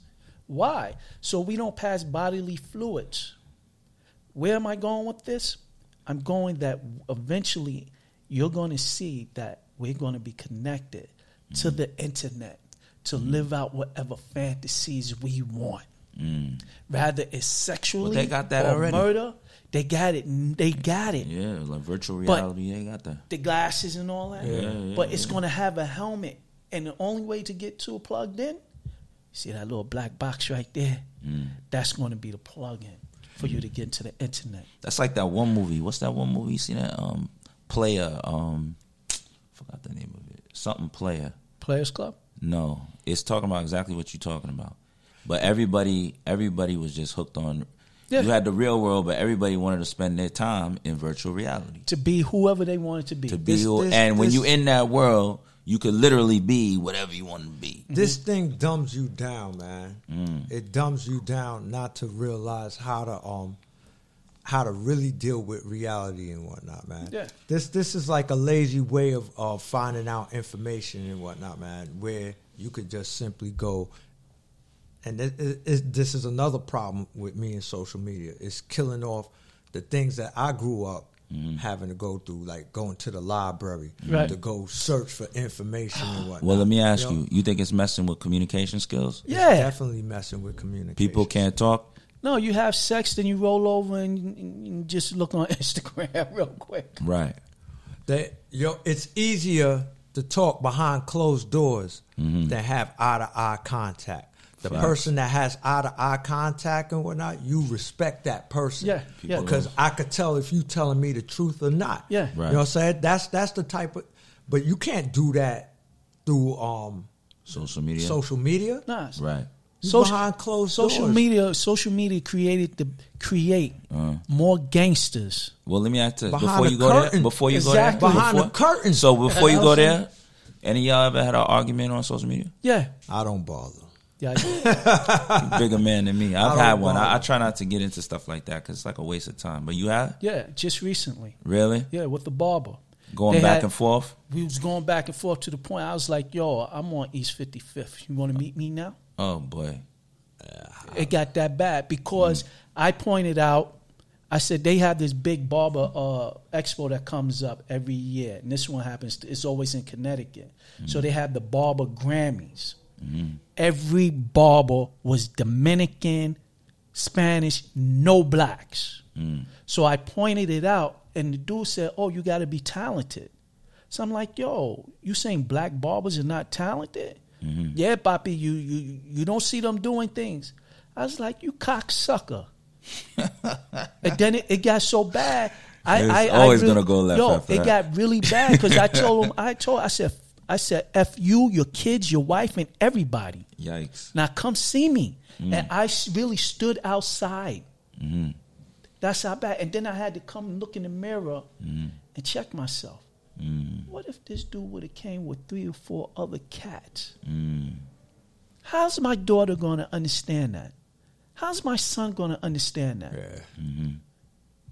Speaker 2: Why? So we don't pass bodily fluids." Where am I going with this? I'm going that eventually you're going to see that we're going to be connected to the internet to live out whatever fantasies we want.
Speaker 1: Mm.
Speaker 2: Rather, it's sexually
Speaker 1: Well, they got that
Speaker 2: or
Speaker 1: already.
Speaker 2: murder. They got it. They got it.
Speaker 1: Yeah, like virtual
Speaker 2: But-
Speaker 1: reality. they got that.
Speaker 2: The glasses and all that.
Speaker 1: Yeah,
Speaker 2: but
Speaker 1: yeah,
Speaker 2: it's going to have a helmet, and the only way to get to a plugged in, see that little black box right there.
Speaker 1: Mm.
Speaker 2: That's going to be the plug-in for you to get into the internet.
Speaker 1: That's like that one movie. What's that one movie? You seen that? Um, player. Um, forgot the name of it. Something player.
Speaker 2: Players Club.
Speaker 1: No, it's talking about exactly what you're talking about. But everybody, everybody was just hooked on.
Speaker 2: Yeah.
Speaker 1: You had the real world, but everybody wanted to spend their time in virtual reality.
Speaker 2: to be whoever they wanted to be.
Speaker 1: To be,
Speaker 3: This-
Speaker 1: who-
Speaker 3: this-
Speaker 1: and when
Speaker 3: this-
Speaker 1: you in that world, you could literally be whatever you want to be.
Speaker 3: This thing dumbs you down, man.
Speaker 1: Mm.
Speaker 3: It dumbs you down not to realize how to um how to really deal with reality and whatnot, man.
Speaker 2: Yeah.
Speaker 3: This this is like a lazy way of, of finding out information and whatnot, man. Where you could just simply go, and it, it, it, this is another problem with me and social media. It's killing off the things that I grew up.
Speaker 1: Mm-hmm.
Speaker 3: Having to go through, like going to the library
Speaker 2: Right.
Speaker 3: to go search for information and whatnot.
Speaker 1: Well, let me ask
Speaker 3: know?
Speaker 1: you: You think it's messing with communication skills?
Speaker 3: It's
Speaker 2: Yeah.
Speaker 3: definitely messing with communication.
Speaker 1: People can't talk.
Speaker 2: No, you have sex, then you roll over and, and- and just look on [LAUGHS] Instagram real quick.
Speaker 1: Right.
Speaker 3: They, yo, it's easier to talk behind closed doors than have eye to eye contact. The
Speaker 1: Mm-hmm. Facts.
Speaker 3: person that has eye to eye contact and whatnot, you respect that person.
Speaker 2: Yeah, yeah.
Speaker 3: Because I could tell if you telling me the truth or not.
Speaker 2: Yeah.
Speaker 1: Right.
Speaker 3: You know what I'm saying? That's that's the type of but you can't do that through um
Speaker 1: Social media.
Speaker 3: social media.
Speaker 2: Nah, it's-
Speaker 1: Right.
Speaker 3: You
Speaker 2: Soci-
Speaker 3: behind closed
Speaker 2: social
Speaker 3: doors.
Speaker 2: media, social media created the create
Speaker 1: Uh.
Speaker 2: more gangsters.
Speaker 1: Well, let me ask this
Speaker 3: Behind
Speaker 1: before
Speaker 3: the
Speaker 1: you go there.
Speaker 3: curtain.
Speaker 1: Before you
Speaker 3: Exactly.
Speaker 1: go there.
Speaker 3: Behind the
Speaker 1: before-
Speaker 3: curtain.
Speaker 1: So before you
Speaker 2: That's
Speaker 1: go
Speaker 2: what I'm
Speaker 1: there, any of y'all ever had an argument on social media?
Speaker 2: Yeah,
Speaker 3: I don't bother.
Speaker 2: yeah.
Speaker 1: bigger man than me. I've
Speaker 3: don't
Speaker 1: had one. I,
Speaker 3: bother.
Speaker 1: I try not to get into stuff like that because it's like a waste of time. But you have
Speaker 2: yeah, just recently.
Speaker 1: really
Speaker 2: Yeah, with the barber.
Speaker 1: going
Speaker 2: They
Speaker 1: back
Speaker 2: had-
Speaker 1: and forth.
Speaker 2: We was going back and forth to the point I was like, "Yo, I'm on East 55th. You want to meet me now?"
Speaker 1: Oh boy,
Speaker 2: it got that bad because I pointed out, I said they have this big barber uh, expo that comes up every year, and this one happens. It's always in Connecticut, so they have the barber Grammys. Every barber was Dominican, Spanish, no blacks. So I pointed it out, and the dude said, "Oh, you got to be talented." So I'm like, "Yo, you saying black barbers are not talented?"
Speaker 1: Mm-hmm.
Speaker 2: Yeah, Papi, you you you don't see them doing things. I was like,
Speaker 1: [LAUGHS]
Speaker 2: "You cocksucker." and then it, it got so bad. I,
Speaker 1: It's
Speaker 2: I,
Speaker 1: always
Speaker 2: I really-
Speaker 1: gonna go left
Speaker 2: Yo,
Speaker 1: after
Speaker 2: it
Speaker 1: that.
Speaker 2: got really bad because
Speaker 1: [LAUGHS]
Speaker 2: I told him, I told, I said, I said, "F you, your kids, your wife, and everybody."
Speaker 1: yikes!
Speaker 2: Now come see me. And I s- really stood outside. That's how bad. And then I had to come look in the mirror and check myself. What if this dude would have came with three or four other cats? How's my daughter going to understand that? How's my son going to understand that?
Speaker 3: Yeah.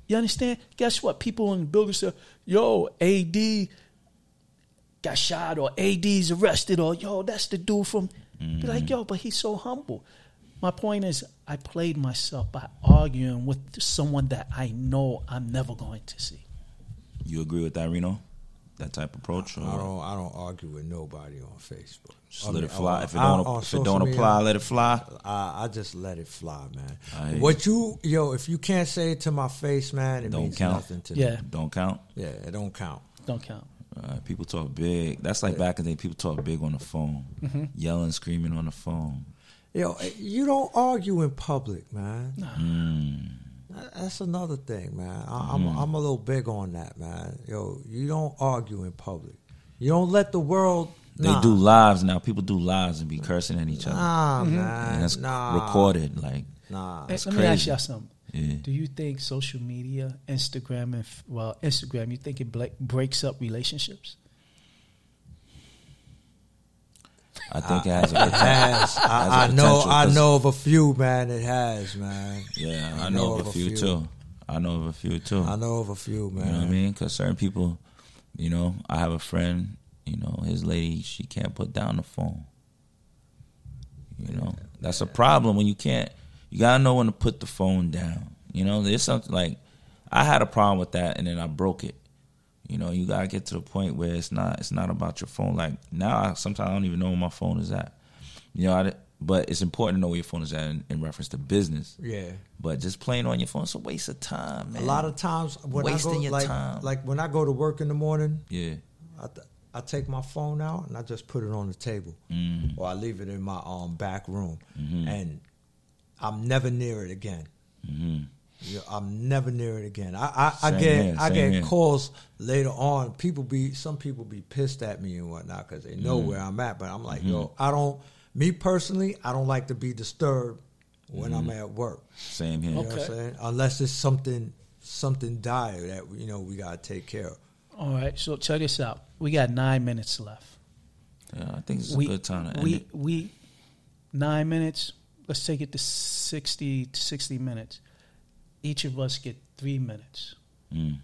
Speaker 2: You understand? Guess what? People in the building said, yo, AD got shot or AD's arrested or yo, that's the dude from. Be
Speaker 1: Mm-hmm.
Speaker 2: like, yo, but he's so humble. My point is, I played myself by arguing with someone that I know I'm never going to see.
Speaker 1: You agree with that, Reno? that type of approach? Or
Speaker 3: I don't. I don't argue with nobody on Facebook.
Speaker 1: just
Speaker 3: I
Speaker 1: let
Speaker 3: mean,
Speaker 1: it fly.
Speaker 3: on-
Speaker 1: If it
Speaker 3: on-
Speaker 1: don't,
Speaker 3: on
Speaker 1: if it
Speaker 3: social
Speaker 1: don't
Speaker 3: media,
Speaker 1: apply, let it fly.
Speaker 3: I, I just let it fly, man.
Speaker 1: I hear you.
Speaker 3: what you, yo, if you can't say it to my face, man, it
Speaker 1: Don't
Speaker 3: means
Speaker 1: count.
Speaker 3: nothing to me.
Speaker 2: Yeah.
Speaker 1: Don't count.
Speaker 3: Yeah, it don't count.
Speaker 2: Don't count.
Speaker 1: Uh, people talk big. That's like back in the day. People talk big on the phone, yelling, screaming on the phone.
Speaker 3: Yo, eh, you don't argue in public, man.
Speaker 1: Mm.
Speaker 3: That- That's another thing, man. I, I'm I'm a little big on that, man. Yo, you don't argue in public. You don't let the world.
Speaker 1: They
Speaker 3: nah.
Speaker 1: do lives now. People do lives and be cursing at each other.
Speaker 3: Nah,
Speaker 1: and
Speaker 3: man.
Speaker 1: that's
Speaker 3: nah.
Speaker 1: recorded. Like,
Speaker 3: Nah.
Speaker 2: Mm-hmm. Hey,
Speaker 1: That's
Speaker 2: let me ask
Speaker 1: crazy.
Speaker 2: y'all something.
Speaker 1: yeah.
Speaker 2: Do you think social media, Instagram, and f- well, Instagram, you think it bla- breaks up relationships?
Speaker 1: I think it
Speaker 3: [LAUGHS]
Speaker 1: has a
Speaker 3: It has.
Speaker 1: Has a
Speaker 3: I, I know.
Speaker 1: potential,
Speaker 3: I
Speaker 1: 'cause-
Speaker 3: know of a few, man. It has, man.
Speaker 1: Yeah, I know of a few too. I know of a few too.
Speaker 3: I know of a few, man.
Speaker 1: You know what I mean? Because certain people, you know, I have a friend, you know, his lady, she can't put down the phone. You know, that's a problem when you can't, you gotta know when to put the phone down. You know, there's something like, I had a problem with that and then I broke it. You know, you gotta get to the point where it's not, it's not about your phone. Like now, I, sometimes I don't even know where my phone is at. You know, I, di- but it's important to know where your phone is at in, in reference to business.
Speaker 3: Yeah.
Speaker 1: But just playing on your phone is a waste of time, man.
Speaker 3: A lot of times when
Speaker 1: Wasting
Speaker 3: I go,
Speaker 1: your
Speaker 3: like,
Speaker 1: time.
Speaker 3: like when I go to work in the morning,
Speaker 1: yeah.
Speaker 3: I, th- I take my phone out and I just put it on the table,
Speaker 1: Mm-hmm.
Speaker 3: or I leave it in my um back room, and I'm never near it again.
Speaker 1: Mm-hmm.
Speaker 3: You know, I'm never near it again. I I, I
Speaker 1: Same
Speaker 3: get
Speaker 1: here,
Speaker 3: I
Speaker 1: same
Speaker 3: get
Speaker 1: here.
Speaker 3: calls later on. People be some people be pissed at me and whatnot because they
Speaker 1: Mm-hmm.
Speaker 3: know where I'm at. But I'm like, yo, I don't. Me personally, I don't like to be disturbed when
Speaker 1: Mm-hmm.
Speaker 3: I'm at work.
Speaker 1: Same here.
Speaker 3: You know what
Speaker 2: Okay.
Speaker 3: I'm saying? Unless it's something something dire that you know we gotta take care of.
Speaker 2: All right, so check this out. We got nine minutes left.
Speaker 1: Yeah, I think it's a
Speaker 2: we,
Speaker 1: good time to end
Speaker 2: we,
Speaker 1: it.
Speaker 2: we, nine minutes. Let's take it to 60, 60 minutes. Each of us get three minutes.
Speaker 1: Mm.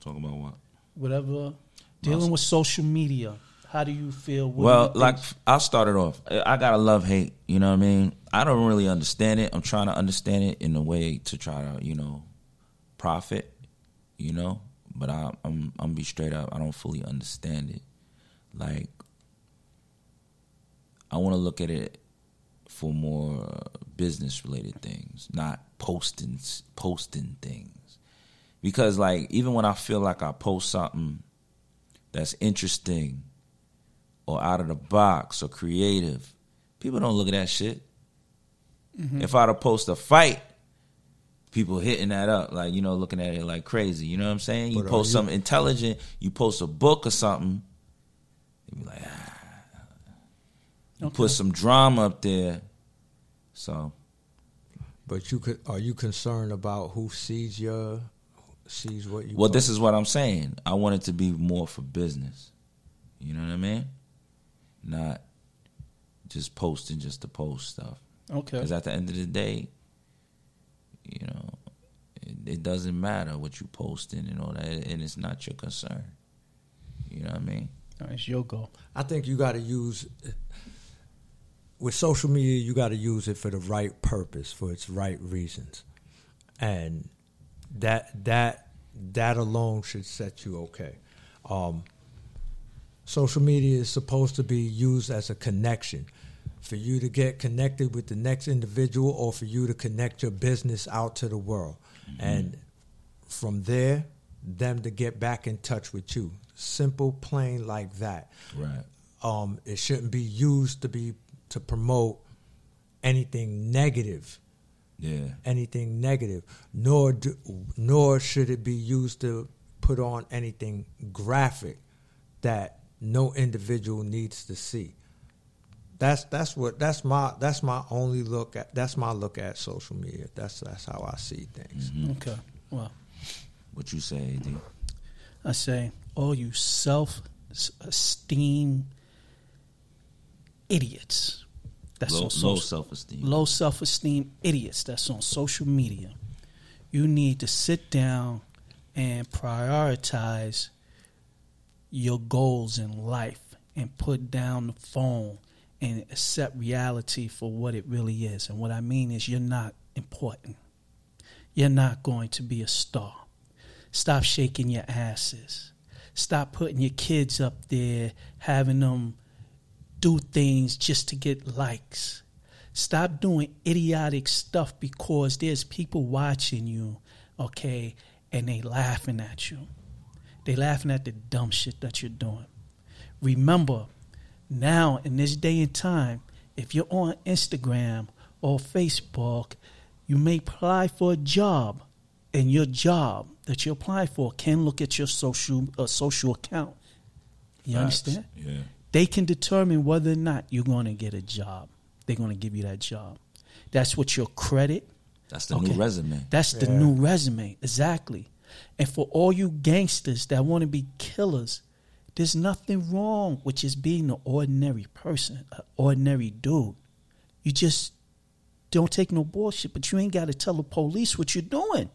Speaker 1: Talk about what?
Speaker 2: Whatever. Dealing with social media. How do you feel? What do
Speaker 1: Well,
Speaker 2: you
Speaker 1: like
Speaker 2: think?
Speaker 1: I'll start it off. I I got a love hate. You know what I mean? I don't really understand it. I'm trying to understand it in a way to try to you know profit. You know, but I, I'm I'm be straight up. I don't fully understand it. Like I want to look at it for more business related things, not posting posting things. Because like even when I feel like I post something that's interesting or out of the box or creative, people don't look at that shit.
Speaker 3: Mm-hmm.
Speaker 1: If I'd have post a fight, people hitting that up, like you know, looking at it like crazy. You know what I'm saying? You
Speaker 3: But are
Speaker 1: post
Speaker 3: you-
Speaker 1: something intelligent, you post a book or something, they be like, ah. You
Speaker 2: Okay.
Speaker 1: put some drama up there. So
Speaker 3: But you could are you concerned about who sees your sees what you
Speaker 1: Well, this is what I'm saying. I want it to be more for business. You know what I mean? Not just posting just to post stuff.
Speaker 2: Okay.
Speaker 1: Because at the end of the day, you know, it, it doesn't matter what you posting and all that, and it's not your concern. You know what I mean?
Speaker 2: All right, it's your go.
Speaker 3: I think you gotta use with social media you gotta use it for the right purpose, for its right reasons. And that that that alone should set you okay. Um social media is supposed to be used as a connection for you to get connected with the next individual or for you to connect your business out to the world and from there them to get back in touch with you simple plain like that
Speaker 1: Right.
Speaker 3: um, it shouldn't be used to be to promote anything negative
Speaker 1: Yeah.
Speaker 3: anything negative, nor do, nor should it be used to put on anything graphic that no individual needs to see. That's that's what that's my that's my only look at that's my look at social media. That's that's how I see things.
Speaker 1: Mm.
Speaker 2: Okay. Well,
Speaker 1: What you say, AD?
Speaker 2: I say, all you self esteem idiots. That's
Speaker 1: Low,
Speaker 2: on social-
Speaker 1: low self esteem.
Speaker 2: low self esteem idiots that's on social media. You need to sit down and prioritize your goals in life and put down the phone and accept reality for what it really is. And what I mean is, you're not important. You're not going to be a star. Stop shaking your asses. stop putting your kids up there, having them do things just to get likes. Stop doing idiotic stuff because there's people watching you, okay, and they laughing at you. They laughing at the dumb shit that you're doing. Remember, now in this day and time, if you're on Instagram or Facebook, you may apply for a job, and your job that you apply for can look at your social uh, social account. You
Speaker 1: Facts.
Speaker 2: understand?
Speaker 1: Yeah.
Speaker 2: They can determine whether or not you're going to get a job. They're going to give you that job. That's what your credit.
Speaker 1: That's the
Speaker 2: Okay.
Speaker 1: new resume.
Speaker 2: That's the
Speaker 3: Yeah.
Speaker 2: new resume, exactly. And for all you gangsters that want to be killers, there's nothing wrong with just being an ordinary person, an ordinary dude. You just don't take no bullshit, but you ain't got to tell the police what you're doing.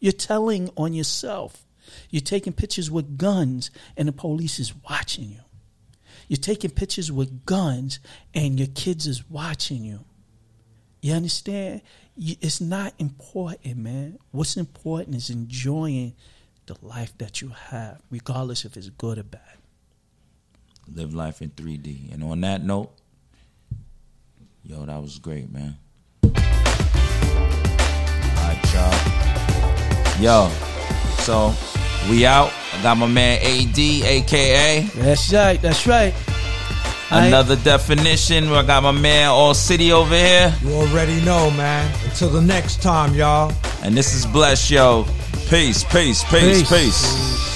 Speaker 2: You're telling on yourself. You're taking pictures with guns, and the police is watching you. You're taking pictures with guns, and your kids is watching you. You understand? You- It's not important, man. What's important is enjoying the life that you have, regardless if it's good or bad.
Speaker 1: Live life in 3D. And on that note, yo, that was great, man. All right, y'all. Yo, so we out. I got my man AD, aka
Speaker 2: That's right. That's right. I-
Speaker 1: Another Definition. I got my man All City over here.
Speaker 3: You already know, man. Until the next time, y'all.
Speaker 1: And this is Bless, yo. Peace, peace, peace,
Speaker 2: Peace.
Speaker 1: peace.